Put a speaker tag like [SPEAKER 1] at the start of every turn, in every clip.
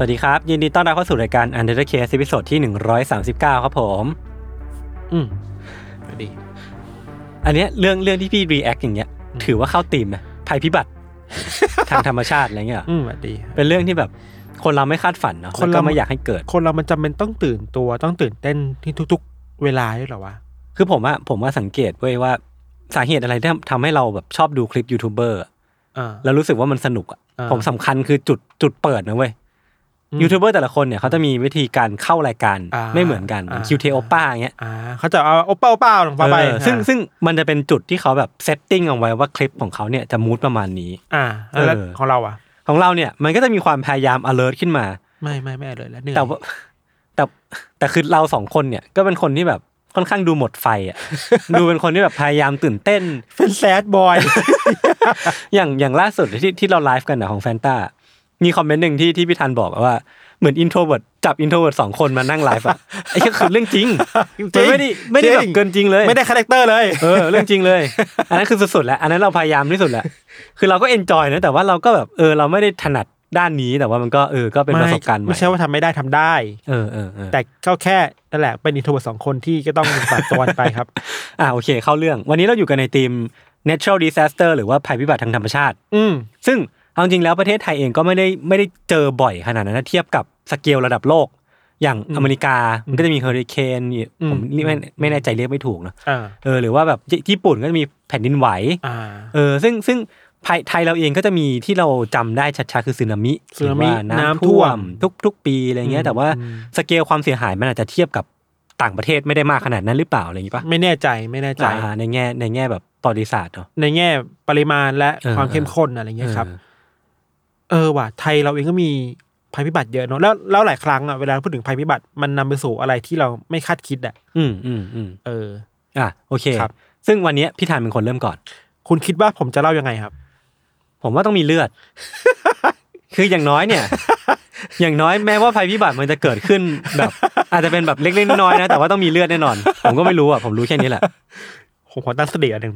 [SPEAKER 1] สวัสดีครับ ยินดีต้อนรับเข้าสู่รายการ Untitled Case ตอนที่ 139 ครับผม อืมดีอันเนี้ยเรื่องเรื่องที่พี่ react อย่างเงี้ย ถือว่าเข้าตีมนะภัยพิ บัติ ทางธรรมชาติอะไรเงี้ยเหรอ
[SPEAKER 2] อืมดี
[SPEAKER 1] เป็นเรื่องที่แบบคนเราไม่คาดฝันเนาะ
[SPEAKER 2] คนเรา
[SPEAKER 1] แล้วก็ไม่อยากให้เกิด
[SPEAKER 2] คนเรามันจำเป็นต้องตื่นตัวต้องตื่นเต้นที่ทุกๆ เวลาด้วยเหรอวะ
[SPEAKER 1] คือผมอะผมว่าสังเกตเว้ยว่าสาเหตุอะไรที่ทำให้เราแบบชอบดูคลิปยูทูบเบอร์อะ
[SPEAKER 2] อ่า
[SPEAKER 1] แล้วรู้สึกว่ามันสนุกอะ
[SPEAKER 2] อ่า
[SPEAKER 1] ผมสำคัญคือจุดจุดเปิดนะเว้ย
[SPEAKER 2] อืม
[SPEAKER 1] ยูทูบเบอร์แต่ละคนเนี่ยเขาจะมีวิธีการเข้ารายการ
[SPEAKER 2] อ่า
[SPEAKER 1] ไม่เหมือนกัน
[SPEAKER 2] อ่า
[SPEAKER 1] คิวเทโอป้าอย่างเงี้ย
[SPEAKER 2] อ่า เขาจะเอาโอเป้าโอเป้าลงไปไป
[SPEAKER 1] เออซึ่งซึ่งมันจะเป็นจุดที่เขาแบบเซตติ้งเอาไว้ว่าคลิปของเขาเนี่ยจะมูดประมาณนี้
[SPEAKER 2] อ่าแล้ว
[SPEAKER 1] เออ
[SPEAKER 2] ของเราอ่ะ
[SPEAKER 1] ของเราเนี่ยมันก็จะมีความพยายาม alert ขึ้นมา
[SPEAKER 2] ไม่ไม่ไม่เลยแล้วเหนื่อย
[SPEAKER 1] แต่ว่าแต่แต่คือเราสองคนเนี่ยก็เป็นคนที่แบบค่อนข้างดูหมดไฟ อะ ดูเป็นคนที่แบบพยายามตื่นเต้น
[SPEAKER 2] เป็นแซดบอย
[SPEAKER 1] อย่างอย่างล่าสุดที่ที่เราไลฟ์กันนะของแฟนตา มีคอมเมนต์หนึ่งที่ที่พี่ธันบอกอะว่าเหมือนอินโทรเวิร์ดจับอินโทรเวิร์ดสองคนมานั่งไลฟ์อะ ไอ้ก็คือเรื่องจ ริง
[SPEAKER 2] จริง
[SPEAKER 1] มันไม่ได้ไม่ได้
[SPEAKER 2] จริง
[SPEAKER 1] แบบเกินจริงเลย
[SPEAKER 2] ไม่ได้คาแรคเตอร์เลย
[SPEAKER 1] เออเรื่องจริงเลย อันนั้นคือสุดๆแล้วอันนั้นเราพยายามที่สุดแล้วคือเราก็เอนจอยนะแต่ว่าเราก็แบบเออเราไม่ได้ถนัดด้านนี้แต่ว่ามันก็เออก็เป็นประสบการณ์ใหม่
[SPEAKER 2] ไม่ใช่ว่าทำไม่ได้ทำได้
[SPEAKER 1] เออเออเออ
[SPEAKER 2] แต่ก็แค่นั่นแหละเป็นอินโทรสองคนที่ก็ต้อง ปรับตัวกันไปครับ
[SPEAKER 1] อ่ะโอเคเข้าเรื่อง วันนี้เราอยู่กันในทีม natural disaster หรือว่าภัยพิบัติทางธรรมชาติ
[SPEAKER 2] อืม
[SPEAKER 1] ซึ่งเอาจริงแล้วประเทศไทยเองก็ไม่ได้ไม่ได้เจอบ่อยขนาดนั้นนะเทียบกับสเกลระดับโลก อย่าง
[SPEAKER 2] อืม
[SPEAKER 1] อเมริกา มันก็จะมีเฮอริเคน
[SPEAKER 2] อืม
[SPEAKER 1] ผมนี่ไม่
[SPEAKER 2] อืม
[SPEAKER 1] ไม่แน่ใจเรียกไม่ถูกเนอะ
[SPEAKER 2] อ่า
[SPEAKER 1] เออหรือว่าแบบญี่ปุ่นก็จะมีแผ่นดินไหว
[SPEAKER 2] อ่า
[SPEAKER 1] เออซึ่งซึ่งภายไทยเราเองก็จะมีที่เราจำได้ชัดๆคือสึนามิ
[SPEAKER 2] สึนามิ
[SPEAKER 1] หรือว่
[SPEAKER 2] น้ำท่วม
[SPEAKER 1] ทุกทุกปีอะไรเงี้ย
[SPEAKER 2] อืม
[SPEAKER 1] แต่ว่า
[SPEAKER 2] อืม
[SPEAKER 1] สเกลความเสียหายมันอาจจะเทียบกับต่างประเทศไม่ได้มากขนาดนั้นหรือเปล่าอะไรอย่างนี้ปะ
[SPEAKER 2] ไม่แน่ใจไม่แน่ใจ
[SPEAKER 1] อ่าในแง่ในแง่แบบประวัติศาสตร์เนาะ
[SPEAKER 2] ในแง่ปริมาณและ
[SPEAKER 1] เออ
[SPEAKER 2] ความเข้มข้นอะไรเงี้ยครับ
[SPEAKER 1] เออ
[SPEAKER 2] เออว่ะไทยเราเองก็มีภัยพิบัติเยอะเนอะแล้วแล้วหลายครั้งอ่ะเวลาพูดถึงภัยพิบัติมันนำไปสู่อะไรที่เราไม่คาดคิดอ่ะ
[SPEAKER 1] อืมอืมอืม
[SPEAKER 2] เออ
[SPEAKER 1] อ่ะโอเค
[SPEAKER 2] ครับ
[SPEAKER 1] ซึ่งวันเนี้ยพี่ธานเป็นคนเริ่มก่อน
[SPEAKER 2] คุณคิดว่าผมจะเล่ายังไงครับ
[SPEAKER 1] ผมว่าต้องมีเลือด คืออย่างน้อยเนี่ย อย่างน้อยแม้ว่าภัยพิบัติมันจะเกิดขึ้นแบบ อาจจะเป็นแบบเล็กๆน้อยๆนะแต่ว่าต้องมีเลือดแน่นอน ผมก็ไม่รู้อ่ะผมรู้แค่นี้แหละ
[SPEAKER 2] ผมขอตั้งสติอันหนึ่ง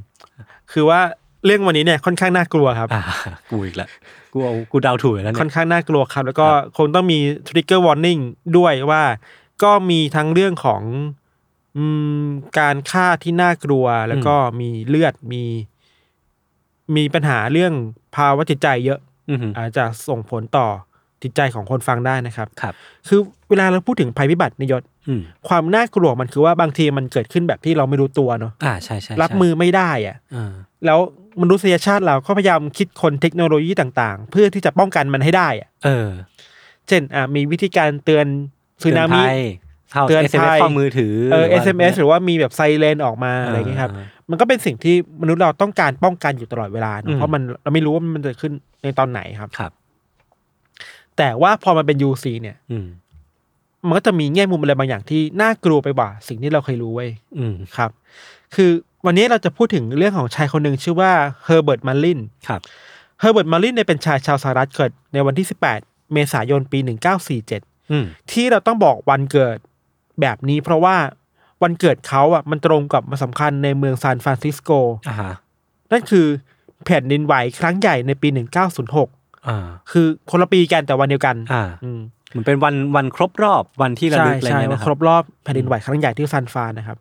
[SPEAKER 2] คือว่าเรื่องวันนี้เนี่ยค่อนข้างน่ากลัวครับ
[SPEAKER 1] อ่ากูอีกแล้วกูเอากูเดาถูกแล้ว
[SPEAKER 2] ค่อ
[SPEAKER 1] เนี่ย
[SPEAKER 2] นข้างน่ากลัวครับ แล้วก็คงต้องมี trigger warning ด้วยว่า ก็มีทั้งเรื่องของอืมการฆ่าที่น่ากลัว แล้วก็มีเลือดมี มีปัญหาเรื่องภาวะจิตใจเยอะ
[SPEAKER 1] อือหือ
[SPEAKER 2] อาจจะส่งผลต่อจิตใจของคนฟังได้นะครับ
[SPEAKER 1] ครับ
[SPEAKER 2] คือเวลาเราพูดถึงภัยพิบัติในยยศ
[SPEAKER 1] อืม
[SPEAKER 2] ความน่ากลัวมันคือว่าบางทีมันเกิดขึ้นแบบที่เราไม่รู้ตัวเนอะ
[SPEAKER 1] อ่าใช่ใช่ใช่
[SPEAKER 2] รับมือไม่ได้อะ
[SPEAKER 1] เออ
[SPEAKER 2] แล้วมนุษยชาติเราก็พยายามคิดคนเทคโนโลยีต่างๆ เพื่อที่จะป้องกันมันให้ได้อะ
[SPEAKER 1] เออ
[SPEAKER 2] เช่นอ่ะมีวิธีการเตือนสึนามิ
[SPEAKER 1] เตือภัยเข้า
[SPEAKER 2] เตือน
[SPEAKER 1] เอสเอ็ม
[SPEAKER 2] ภั
[SPEAKER 1] เอส
[SPEAKER 2] ย
[SPEAKER 1] ข้อมือถือ
[SPEAKER 2] เออ
[SPEAKER 1] หรืว่า
[SPEAKER 2] SMS หรือว่ามีแบบไซเรนออกมาอะไรอย่างเงี้ยครับ
[SPEAKER 1] เออ
[SPEAKER 2] มันก็เป็นสิ่งที่มนุษย์เราต้องการป้องกันอยู่ตลอดเวลาเน
[SPEAKER 1] อืม
[SPEAKER 2] อะเพราะมันเราไม่รู้ว่ามันจะขึ้นในตอนไหนครับ
[SPEAKER 1] ครับ
[SPEAKER 2] แต่ว่าพอมันเป็น UC เนี่ย
[SPEAKER 1] อืม
[SPEAKER 2] มันก็จะมีแง่มุมอะไรบางอย่างที่น่ากลัวไปกว่าสิ่งที่เราเคยรู้เว้ย
[SPEAKER 1] อืม
[SPEAKER 2] ครับ คือวันนี้เราจะพูดถึงเรื่องของชายคนหนึ่งชื่อว่าเฮอร์เบิร์ตมาลิน
[SPEAKER 1] ครับ
[SPEAKER 2] เฮอร์เบิร์ตมาลินเนี่ยเป็นชายชาวสหรัฐเกิดในวันที่ 18 เมษายนปี 1947
[SPEAKER 1] อืม
[SPEAKER 2] ที่เราต้องบอกวันเกิดแบบนี้เพราะว่าวันเกิดเขาอ่ะมันตรงกับวันสำคัญในเมืองซานฟรานซิสโก
[SPEAKER 1] อ่าฮะ
[SPEAKER 2] นั่นคือแผ่นดินไหวครั้งใหญ่ในปี 1906
[SPEAKER 1] อ่า
[SPEAKER 2] คือคนละปีกันแต่วันเดียวกัน
[SPEAKER 1] อ่า
[SPEAKER 2] อืม
[SPEAKER 1] เหมันเป็นวันวันครบรอบวันที่ระ
[SPEAKER 2] ใช่
[SPEAKER 1] ลึกอะไร
[SPEAKER 2] ใช่
[SPEAKER 1] เงี้ย
[SPEAKER 2] วั
[SPEAKER 1] นะ
[SPEAKER 2] น
[SPEAKER 1] ค
[SPEAKER 2] คร
[SPEAKER 1] รับบ
[SPEAKER 2] รอบแผ่นดินไหวครั้งใหญ่ที่ซานฟรานนะครับ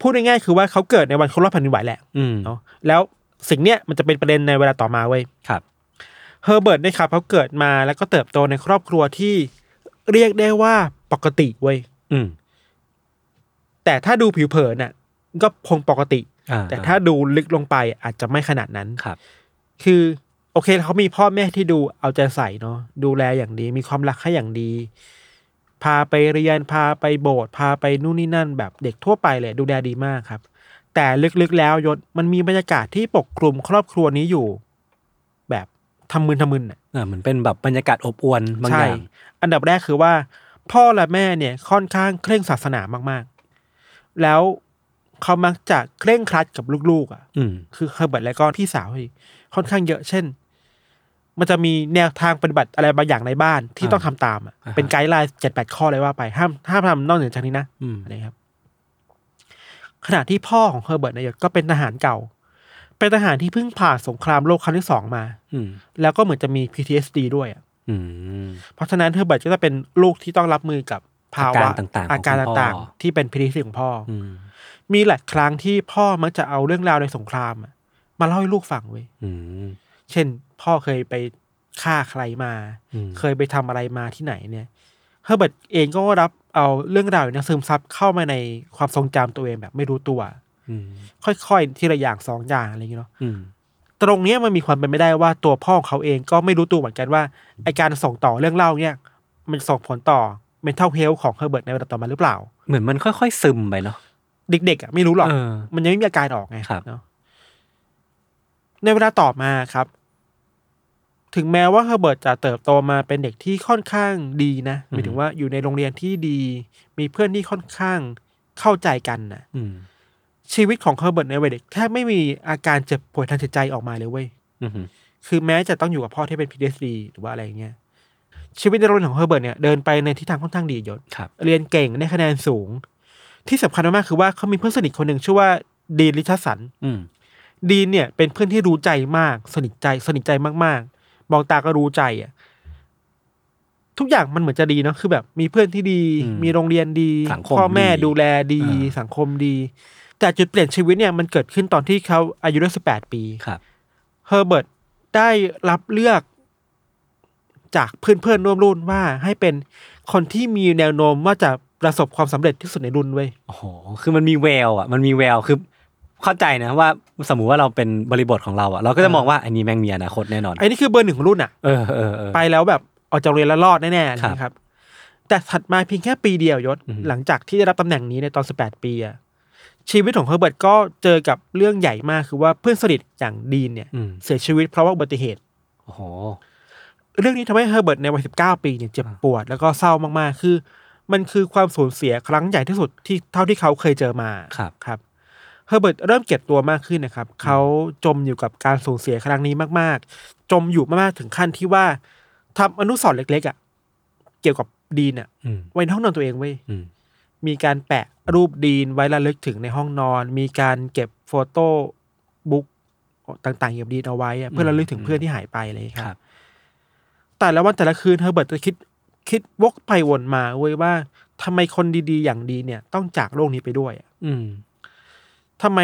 [SPEAKER 2] พูดง่ายๆคือว่าเขาเกิดในวันครบรอบแผ่นดินไหวแหละ
[SPEAKER 1] อืม
[SPEAKER 2] เนาะแล้วสิ่งเนี้ยมันจะเป็นประเด็นในเวลาต่อมาเว้ย
[SPEAKER 1] ครับ
[SPEAKER 2] เฮอร์เบิร์ตเนี่ยครับเขาเกิดมาแล้วก็เติบโตในครอบครัวที่เรียกได้ว่าปกติเว้ย
[SPEAKER 1] อืม
[SPEAKER 2] แต่ถ้าดูผิวเผินน่ะก็คงปกติ
[SPEAKER 1] อ่
[SPEAKER 2] แต่ถ้าดูลึกลงไปอาจจะไม่ขนาดนั้น
[SPEAKER 1] ครับ
[SPEAKER 2] คือโอเคเขามีพ่อแม่ที่ดูเอาใจใส่เนาะดูแลอย่างดี มีความรักให้อย่างดี พาไปเรียนพาไปโบสถ์พาไปนู่นนี่นั่น แบบเด็กทั่วไปเลยดูแลดีมากครับ แต่ลึกๆแล้วยศมันมีบรรยากาศที่ปกคลุมครอบครัวนี้อยู่ แบบทำมึนทำมึนอ่ะ
[SPEAKER 1] อ่าเหมือนเป็นแบบบรรยากาศอบอวลบางอ
[SPEAKER 2] ใช่
[SPEAKER 1] ย่าง
[SPEAKER 2] อันดับแรกคือว่า พ่อและแม่เนี่ยค่อนข้างเคร่งศาสนามากๆ แล้วเขามักจะเคร่งครัดกับลูกๆอ่ะ
[SPEAKER 1] อืม
[SPEAKER 2] คือเคยเบิร์ตและก็พี่สาวอีกค่อนข้างเยอะ เช่น มันจะมีแนวทางปฏิบัติอะไรบางอย่างในบ้านที่
[SPEAKER 1] อ่า
[SPEAKER 2] ต้องทำตามอะ
[SPEAKER 1] อ่าฮะ
[SPEAKER 2] เป็นไกด์ไลน์เจ็ดแปดข้อเลยว่าไป ห้ามห้ามทำนอกเหนือจากนี้นะ
[SPEAKER 1] อืม
[SPEAKER 2] อะไรครับ ขณะที่พ่อของเฮอร์เบิร์ตนายศก็เป็นทหารเก่า เป็นทหารที่เพิ่งผ่านสงครามโลกครั้งที่สองมา
[SPEAKER 1] อืม
[SPEAKER 2] แล้วก็เหมือนจะมี PTSD ด้วยอะ
[SPEAKER 1] อืม
[SPEAKER 2] เพราะฉะนั้นเฮอร์เบิร์ตก็จะเป็นลูกที่ต้องรับมือกับภา
[SPEAKER 1] อา
[SPEAKER 2] วะ
[SPEAKER 1] การต่างๆของ
[SPEAKER 2] อาการ
[SPEAKER 1] คุณพ่อ
[SPEAKER 2] ต่างๆ ที่เป็น PTSD ของพ่ออ
[SPEAKER 1] อืม
[SPEAKER 2] มีหลายครั้งที่พ่อมักจะเอาเรื่องราวในสงครามอะมาเล่าให้ลูกฟังเว้ย
[SPEAKER 1] อืม
[SPEAKER 2] เช่น พ่อเคยไปฆ่าใครมา
[SPEAKER 1] อืม
[SPEAKER 2] เคยไปทำอะไรมาที่ไหนเนี่ยเฮอร์เบิร์ตเองก็รับเอาเรื่องราวเนี่ยซึมซับเข้ามาในความทรงจำตัวเองแบบไม่รู้ตัว
[SPEAKER 1] อืม
[SPEAKER 2] ค่อยๆทีละอย่างสองอย่างอะไรอย่างเงี้ยเนาะ
[SPEAKER 1] อืม
[SPEAKER 2] ตรงเนี้ยมันมีความเป็นไปได้ว่าตัวพ่อของเขาเองก็ไม่รู้ตัวเหมือนกันว่าไอการส่งต่อเรื่องเล่าเนี่ย มันส่งผลต่อ mental health ของเฮอร์เบิร์ตในเวลาต่อมาหรือเปล่า
[SPEAKER 1] เหมือนมันค่อยๆซึมไปเนาะ
[SPEAKER 2] เด็กๆอ่ะไม่รู้หรอก
[SPEAKER 1] เออ
[SPEAKER 2] มันยังไม่มีอาการออกไง
[SPEAKER 1] ครับ
[SPEAKER 2] เนาะในเวลาต่อมาครับ ถึงแม้ว่าเฮอร์เบิร์ตจะเติบโตมาเป็นเด็กที่ค่อนข้างดีนะหมายถึงว่าอยู่ในโรงเรียนที่ดี มีเพื่อนที่ค่อนข้างเข้าใจกันนะ
[SPEAKER 1] อืม
[SPEAKER 2] ชีวิตของเฮอร์เบิร์ตในวัยเด็กแทบไม่มีอาการเจ็บป่วยทางจิตใจออกมาเลยเว้ย
[SPEAKER 1] อืม
[SPEAKER 2] คือแม้จะต้องอยู่กับพ่อที่เป็น PTSD หรือว่าอะไรอย่างเงี้ยชีวิตในโรงเรียนของเฮอร์เบิร์ตเนี่ยเดินไปในทิศทางค่อนข้างดียศ
[SPEAKER 1] ครับ
[SPEAKER 2] เรียนเก่งได้คะแนนสูง ที่สำคัญมากๆคือว่าเขามีเพื่อนสนิทคนหนึ่งชื่อว่าดีนลิชสัน
[SPEAKER 1] อืม
[SPEAKER 2] ดีนเนี่ยเป็นเพื่อนที่รู้ใจมาก สนิทใจสนิทใจมากๆมองตาก็รู้ใจอ่ะทุกอย่างมันเหมือนจะดีเนาะคือแบบ มีเพื่อนที่ดี มีโรงเรียนดีพ่อแม่ดูแลดีสังคมดี แต่จุดเปลี่ยนชีวิตเนี่ยมันเกิดขึ้นตอนที่เขาอายุได้สิบแปดปี
[SPEAKER 1] ครับ
[SPEAKER 2] เฮอร์เบิร์ตได้รับเลือกจากเพื่อนๆร่วมรุ่นว่าให้เป็นคนที่มีแนวโน้มว่าจะประสบความสำเร็จที่สุดในรุ่นเว้ย
[SPEAKER 1] โอ้โหคือมันมีแววอ่ะ มันมีแววคือเข้าใจนะว่าสมมุติว่าเราเป็นบริบทของเราอ่ะ เราก็จะมองว่าอันนี้แม่งมีอนาคตแน่นอน
[SPEAKER 2] ไอ้นี่คือเบอร์หนึ่งของรุ่นอะ
[SPEAKER 1] เออเออเออ
[SPEAKER 2] ไปแล้วแบบออกจากโรงเรียนแล้วรอดแน่ๆอะไร
[SPEAKER 1] ครับ
[SPEAKER 2] เงี้ยครับ แต่ถัดมาเพียงแค่ปีเดียวยศ
[SPEAKER 1] อือฮึ
[SPEAKER 2] หลังจากที่ได้รับตำแหน่งนี้ในตอน 18 ปีอะชีวิตของเฮอร์เบิร์ตก็เจอกับเรื่องใหญ่มากคือว่าเพื่อนสนิทอย่างดีนเนี่ย
[SPEAKER 1] อืม
[SPEAKER 2] เสียชีวิตเพราะว่าอุบัติเหตุ
[SPEAKER 1] โอ้โห
[SPEAKER 2] เรื่องนี้ทำให้เฮอร์เบิร์ตในวัย 19 ปีเนี่ยเจ็บปวดแล้วก็เศร้ามาก ๆ คือ มันคือความสูญเสียครั้งใหญ่ที่สุดที่เท่าที่เขาเคยเจอมา
[SPEAKER 1] ครับ
[SPEAKER 2] ครับ เฮอร์เบิร์ตเริ่มเก็บตัวมากขึ้นนะครับ เขาจมอยู่กับการสูญเสียครั้งนี้มาก ๆ จมอยู่มาก ๆ ถึงขั้นที่ว่าทำอนุสรณ์เล็ก ๆ อ่ะ เกี่ยวกับดีนอ่ะ
[SPEAKER 1] อืม
[SPEAKER 2] ไว้ในห้องนอนตัวเองเว้ย
[SPEAKER 1] อืม
[SPEAKER 2] มีการแปะรูปดีนไว้ระลึกถึงในห้องนอน มีการเก็บโฟโต้บุ๊กต่าง ๆ เกี่ยวกับดีนเอาไว้อะเพื่อระลึกถึงเพื่อนที่หายไปอะไรอย่างเลยค
[SPEAKER 1] ครับ รับ
[SPEAKER 2] แต่ละวันแต่ละคืนเฮอร์เบิร์ตจะคิดคิดวกไปวนมาเว้ยว่าทำไมคนดีๆ อย่างดีเนี่ยต้องจากโลกนี้ไปด้วยอะ
[SPEAKER 1] อืม
[SPEAKER 2] ทำไม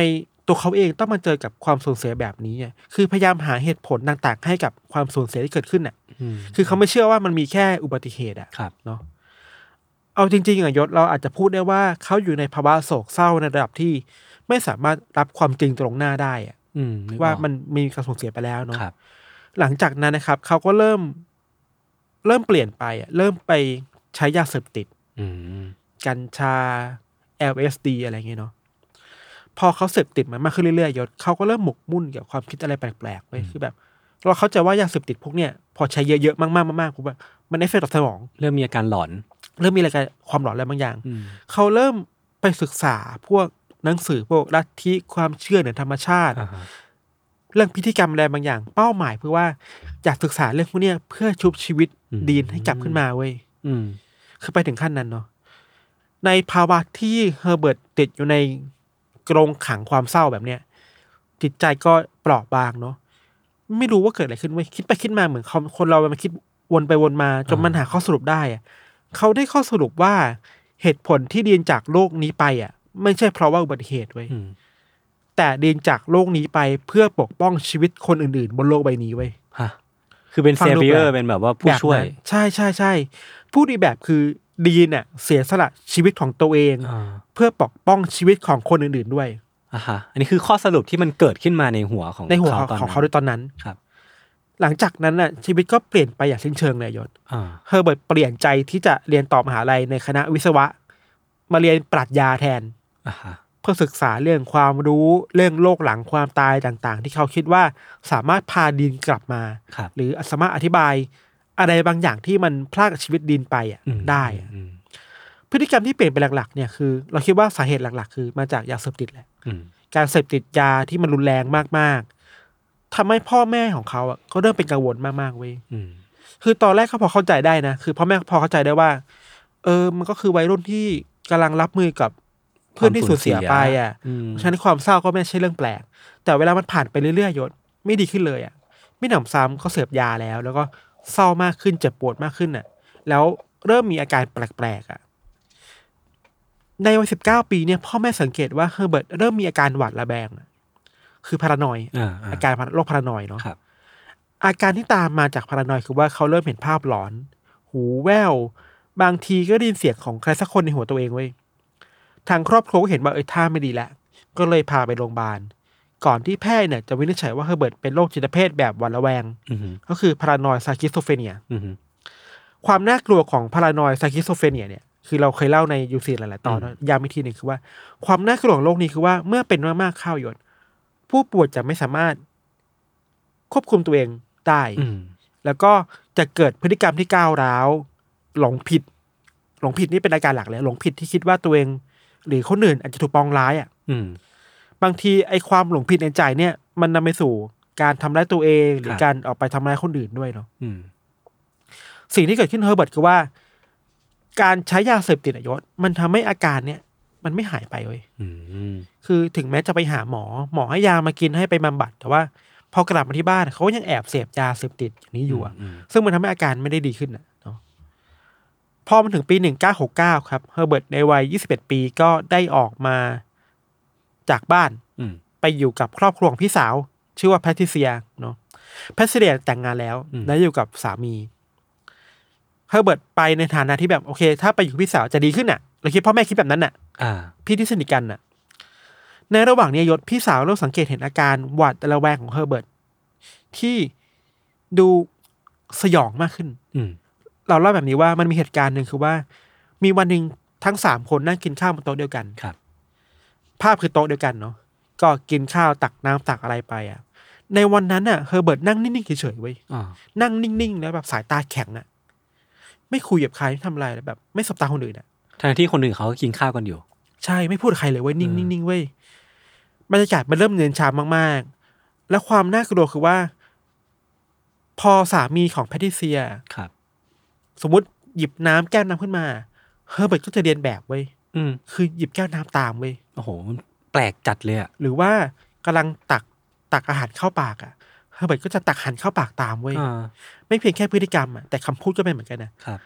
[SPEAKER 2] ตัวเขาเองต้องมาเจอกับความสูญเสียแบบนี้อะคือพยายามหาเหตุผลต่างๆ ให้กับความสูญเสียที่เกิดขึ้นน่ะ
[SPEAKER 1] อืม
[SPEAKER 2] คือเขาไม่เชื่อว่ามันมีแค่อุบัติเหตุอ่ะ
[SPEAKER 1] ครับ
[SPEAKER 2] เนาะเอาจริงๆอะยศเราอาจจะพูดได้ว่าเขาอยู่ในภาวะโศกเศร้าในระดับที่ไม่สามารถรับความจริงตรงหน้าได้อะ
[SPEAKER 1] อืมกออก
[SPEAKER 2] ว่ามันมีการสูญเสียไปแล้วเนาะ
[SPEAKER 1] ครับ
[SPEAKER 2] หลังจากนั้นนะครับ เขาก็เริ่มเริ่มเปลี่ยนไปอะเริ่มไปใช้ยาเสพติด
[SPEAKER 1] อืม
[SPEAKER 2] กัญชา LSD อะไรอย่างเงี้ยเนาะพอเขาเสพติดมันมากขึ้นเรื่อยๆยศเขาก็เริ่มหมกมุ่นเกี่ยวกับความคิดอะไรแปลกๆไปคือแบบ เราเข้าใจว่ายาเสพติดพวกเนี้ยพอใช้เยอะๆมากๆมากๆปุ๊บอะมันเอฟเฟกต์ต่อสมอง
[SPEAKER 1] เริ่มมีอาการหลอน
[SPEAKER 2] เริ่มมีอะไรกันความหลอนอะไรบางอย่าง
[SPEAKER 1] อืม
[SPEAKER 2] เขาเริ่มไปศึกษาพวกหนังสือพวกลัทธิความเชื่อเหนือธรรมชาติ เรื่องพิธีกรรมอะไรบางอย่าง เป้าหมายเพื่อว่าอยากศึกษาเรื่องพวกเนี้ยเพื่อชุบชีวิต
[SPEAKER 1] อืม
[SPEAKER 2] ดีนให้กลับขึ้นมาเว้ย
[SPEAKER 1] อืม
[SPEAKER 2] คือไปถึงขั้นนั้นเนาะในภาวะที่เฮอร์เบิร์ตติดอยู่ในกรงขังความเศร้าแบบเนี้ยจิตใจก็เปราะบางเนาะไม่รู้ว่าเกิดอะไรขึ้นเว้ยคิดไปคิดมาเหมือนเขาคนเรามันคิดวนไปวนมาจนมันหาข้อสรุปได้อะเขาได้ข้อสรุปว่าเหตุผลที่ดีนจากโลกนี้ไปอ่ะ ไม่ใช่เพราะว่าอุบัติเหตุเว้ย
[SPEAKER 1] อืม
[SPEAKER 2] แต่เดินจากโลกนี้ไปเพื่อปกป้องชีวิตคนอื่นๆ บนโลกใบนี้ไว้ย
[SPEAKER 1] ฮะคือเป็น
[SPEAKER 2] ฟัง
[SPEAKER 1] เซ
[SPEAKER 2] ดู
[SPEAKER 1] เบีย
[SPEAKER 2] แปล
[SPEAKER 1] ร์
[SPEAKER 2] ก
[SPEAKER 1] เป็นแบบว่าผู้ช่วย
[SPEAKER 2] แบบนั้นใช่ใช่ใช่พูดอีกแบบคือ ดีนเนี่ยเสียสละชีวิตของตัวเอง
[SPEAKER 1] อ่า
[SPEAKER 2] เพื่อปกป้องชีวิตของคนอื่นๆด้วย
[SPEAKER 1] อ่าฮะอันนี้คือข้อสรุปที่มันเกิดขึ้นมาในหัวของ
[SPEAKER 2] ในหัว
[SPEAKER 1] เขาตอน
[SPEAKER 2] ของ
[SPEAKER 1] นั้น
[SPEAKER 2] เขาด้วยตอนนั้น
[SPEAKER 1] ครับ
[SPEAKER 2] หลังจากนั้นน่ะชีวิตก็เปลี่ยนไปอย่างสิ้นเชิงเลยยศ
[SPEAKER 1] อ่า
[SPEAKER 2] เฮอร์เบิร์ตเปลี่ยนใจที่จะเรียนต่อมหาลัยในคณะวิศวะ มาเรียนปรัชญาแทน
[SPEAKER 1] อ่าฮะ
[SPEAKER 2] เพื่อศึกษาเรื่องความรู้เรื่องโลกหลังความตายต่างๆ ที่เขาคิดว่าสามารถพาดีนกลับมา
[SPEAKER 1] ครับ
[SPEAKER 2] หรือสามารถอธิบายอะไรบางอย่างที่มันพลากจากชีวิตดีนไปอ่ะ
[SPEAKER 1] อืม
[SPEAKER 2] ได้อะ
[SPEAKER 1] อืม
[SPEAKER 2] พฤติกรรมที่เปลี่ยนไปหลักๆเนี่ยคือ เราคิดว่าสาเหตุหลักๆ คือมาจากยาเสพติดแหละ
[SPEAKER 1] อืม
[SPEAKER 2] การเสพติดยาที่มันรุนแรงมากๆทำให้พ่อแม่ของเขาอ่ะก็เริ่มเป็นกังวลมากๆเว้ย
[SPEAKER 1] อืม
[SPEAKER 2] คือตอนแรกเขาพอเข้าใจได้นะคือพ่อแม่พอเข้าใจได้ว่า เออมันก็คือวัยรุ่นที่กำลังรับมือกับเพื่อนที่สูญเสียไปอ่ะ
[SPEAKER 1] อืม
[SPEAKER 2] เพราะฉะนั้นความเศร้าก็ไม่ใช่เรื่องแปลก แต่เวลามันผ่านไปเรื่อยๆยศไม่ดีขึ้นเลยอ่ะไม่หนำซ้ำเขาเสพยาแล้ว แล้วก็เศร้ามากขึ้นเจ็บปวดมากขึ้นอ่ะ แล้วเริ่มมีอาการแปลกๆอ่ะในวัยสิบเก้าปีเนี่ยพ่อแม่สังเกตว่าเฮอร์เบิร์ตเริ่มมีอาการหวาดระแวงอะคือพารานอยด์
[SPEAKER 1] อ่า
[SPEAKER 2] อา
[SPEAKER 1] อ่า
[SPEAKER 2] การโรคพารานอยด์เนาะ
[SPEAKER 1] ครับ
[SPEAKER 2] อาการที่ตามมาจากพารานอยด์คือว่าเขาเริ่มเห็นภาพหลอน หูแว่วบางทีก็ได้ยินเสียงของใครสักคนในหัวตัวเองเว้ย ทางครอบครัวก็เห็นว่าเอ้ยท่าไม่ดีแล้ว ก็เลยพาไปโรงพยาบาล ก่อนที่แพทย์เนี่ยจะวินิจฉัยว่าเฮอร์เบิร์ตเป็นโรคจิตเภทแบบหวาดระแวง
[SPEAKER 1] อืมอืม
[SPEAKER 2] ก็คือพารานอยซาคิสโซเฟเนีย
[SPEAKER 1] อืม
[SPEAKER 2] ความน่ากลัวของพารานอยซาคิสโซเฟเนียเนี่ย คือเราเคยเล่าในยูซีหลายๆตอนเนอะย้ำอีกทีหนึ่งคือว่า ความน่ากลัวของโรคนี้คือว่าเมื่อเป็นมากๆเข้าหยดผู้ป่วยจะไม่สามารถควบคุมตัวเองได้
[SPEAKER 1] อืม
[SPEAKER 2] แล้วก็จะเกิดพฤติกรรมที่ก้าวร้าว หลงผิด หลงผิดนี่เป็นอาการหลักเลยหลงผิดที่คิดว่าตัวเอง หรือคนอื่นอาจจะถูกปองร้ายอ่ะ
[SPEAKER 1] อืม
[SPEAKER 2] บางทีไอ้ความหลงผิดในใจเนี่ย มันนำไปสู่การทำร้ายตัวเองหรือ
[SPEAKER 1] ครับ
[SPEAKER 2] การออกไปทำร้ายคนอื่นด้วยเนาะ
[SPEAKER 1] อืม
[SPEAKER 2] สิ่งที่เกิดขึ้นเฮอร์เบิร์ตคือว่า การใช้ยาเสพติดอะยศมันทำให้อาการเนี่ย มันไม่หายไปเว้ย
[SPEAKER 1] อืม
[SPEAKER 2] คือถึงแม้จะไปหาหมอ หมอให้ยามากินให้ไปบำบัด แต่ว่าพอกลับมาที่บ้านเขาก็ยังแอบเสพยาเสพติดอย่างนี้อยู่อะ
[SPEAKER 1] ม
[SPEAKER 2] ซึ่งมันทำให้อาการไม่ได้ดีขึ้นนะเนาะพอมาถึงปี 1969 ครับ เฮอร์เบิร์ตในวัย 21 ปีก็ได้ออกมาจากบ้าน
[SPEAKER 1] อืม
[SPEAKER 2] ไปอยู่กับครอบครัวของพี่สาว ชื่อว่าแพทริเซียเนาะแพทริเซียแต่งงานแล้ว
[SPEAKER 1] อืม
[SPEAKER 2] และอยู่กับสามี เฮอร์เบิร์ตไปในฐานะที่แบบ โอเค ถ้าไปอยู่กับพี่สาวจะดีขึ้นน่ะเราคิดพ่อแม่คิดแบบนั้นน่ะ
[SPEAKER 1] อ่า
[SPEAKER 2] พี่ที่สนิทกันน่ะ ในระหว่างเนี้ยยศพี่สาวเริ่มสังเกตเห็นอาการหวาดระแวงของเฮอร์เบิร์ตที่ดูสยองมากขึ้น
[SPEAKER 1] อืม
[SPEAKER 2] เราเล่าแบบนี้ว่ามันมีเหตุการณ์หนึ่งคือว่า มีวันหนึ่งทั้งสามคนนั่งกินข้าวบนโต๊ะเดียวกัน
[SPEAKER 1] ครับ
[SPEAKER 2] ภาพคือโต๊ะเดียวกันเนาะก็กินข้าวตักน้ำตักอะไรไปอ่ะ ในวันนั้นน่ะเฮอร์เบิร์ตนั่งนิ่งๆเฉยๆเว้ย
[SPEAKER 1] อ่า
[SPEAKER 2] นั่งนิ่งๆแล้วแบบสายตาแข็งอ่ะ ไม่คุยกับใครไม่ทำอะไรเลยแบบ ไม่สบตาคนอื่นอ่ะ
[SPEAKER 1] ทั้งที่คนอื่นเขาก็กินข้าวกันอยู่
[SPEAKER 2] ใช่ไม่พูดกับใครเลยเว้ยนิ่ง
[SPEAKER 1] อื
[SPEAKER 2] นิ่
[SPEAKER 1] ม
[SPEAKER 2] งนิ่งเว้ยบรรยากาศมันเริ่มเนินชามากๆ และความน่ากลัวคือว่า พอสามีของแพทริเซีย
[SPEAKER 1] ครับ
[SPEAKER 2] สมมติหยิบน้ำแก้วน้ำขึ้นมาเฮอร์เบิร์ตก็จะเรียนแบบเว้ย
[SPEAKER 1] อืม
[SPEAKER 2] คือหยิบแก้วน้ำตามเว้ย
[SPEAKER 1] โอ้โหมันแปลกจัดเลยอ่ะ
[SPEAKER 2] หรือว่ากำลังตักตักอาหารเข้าปากอะ่ะเฮอร์เบิร์ตก็จะตักอาหารเข้าปากตามเว้ย
[SPEAKER 1] อ่า
[SPEAKER 2] ไม่เพียงแค่พฤติกรรมอะ่ะแต่คำพูดก็เป็นเหมือนกันนะครับ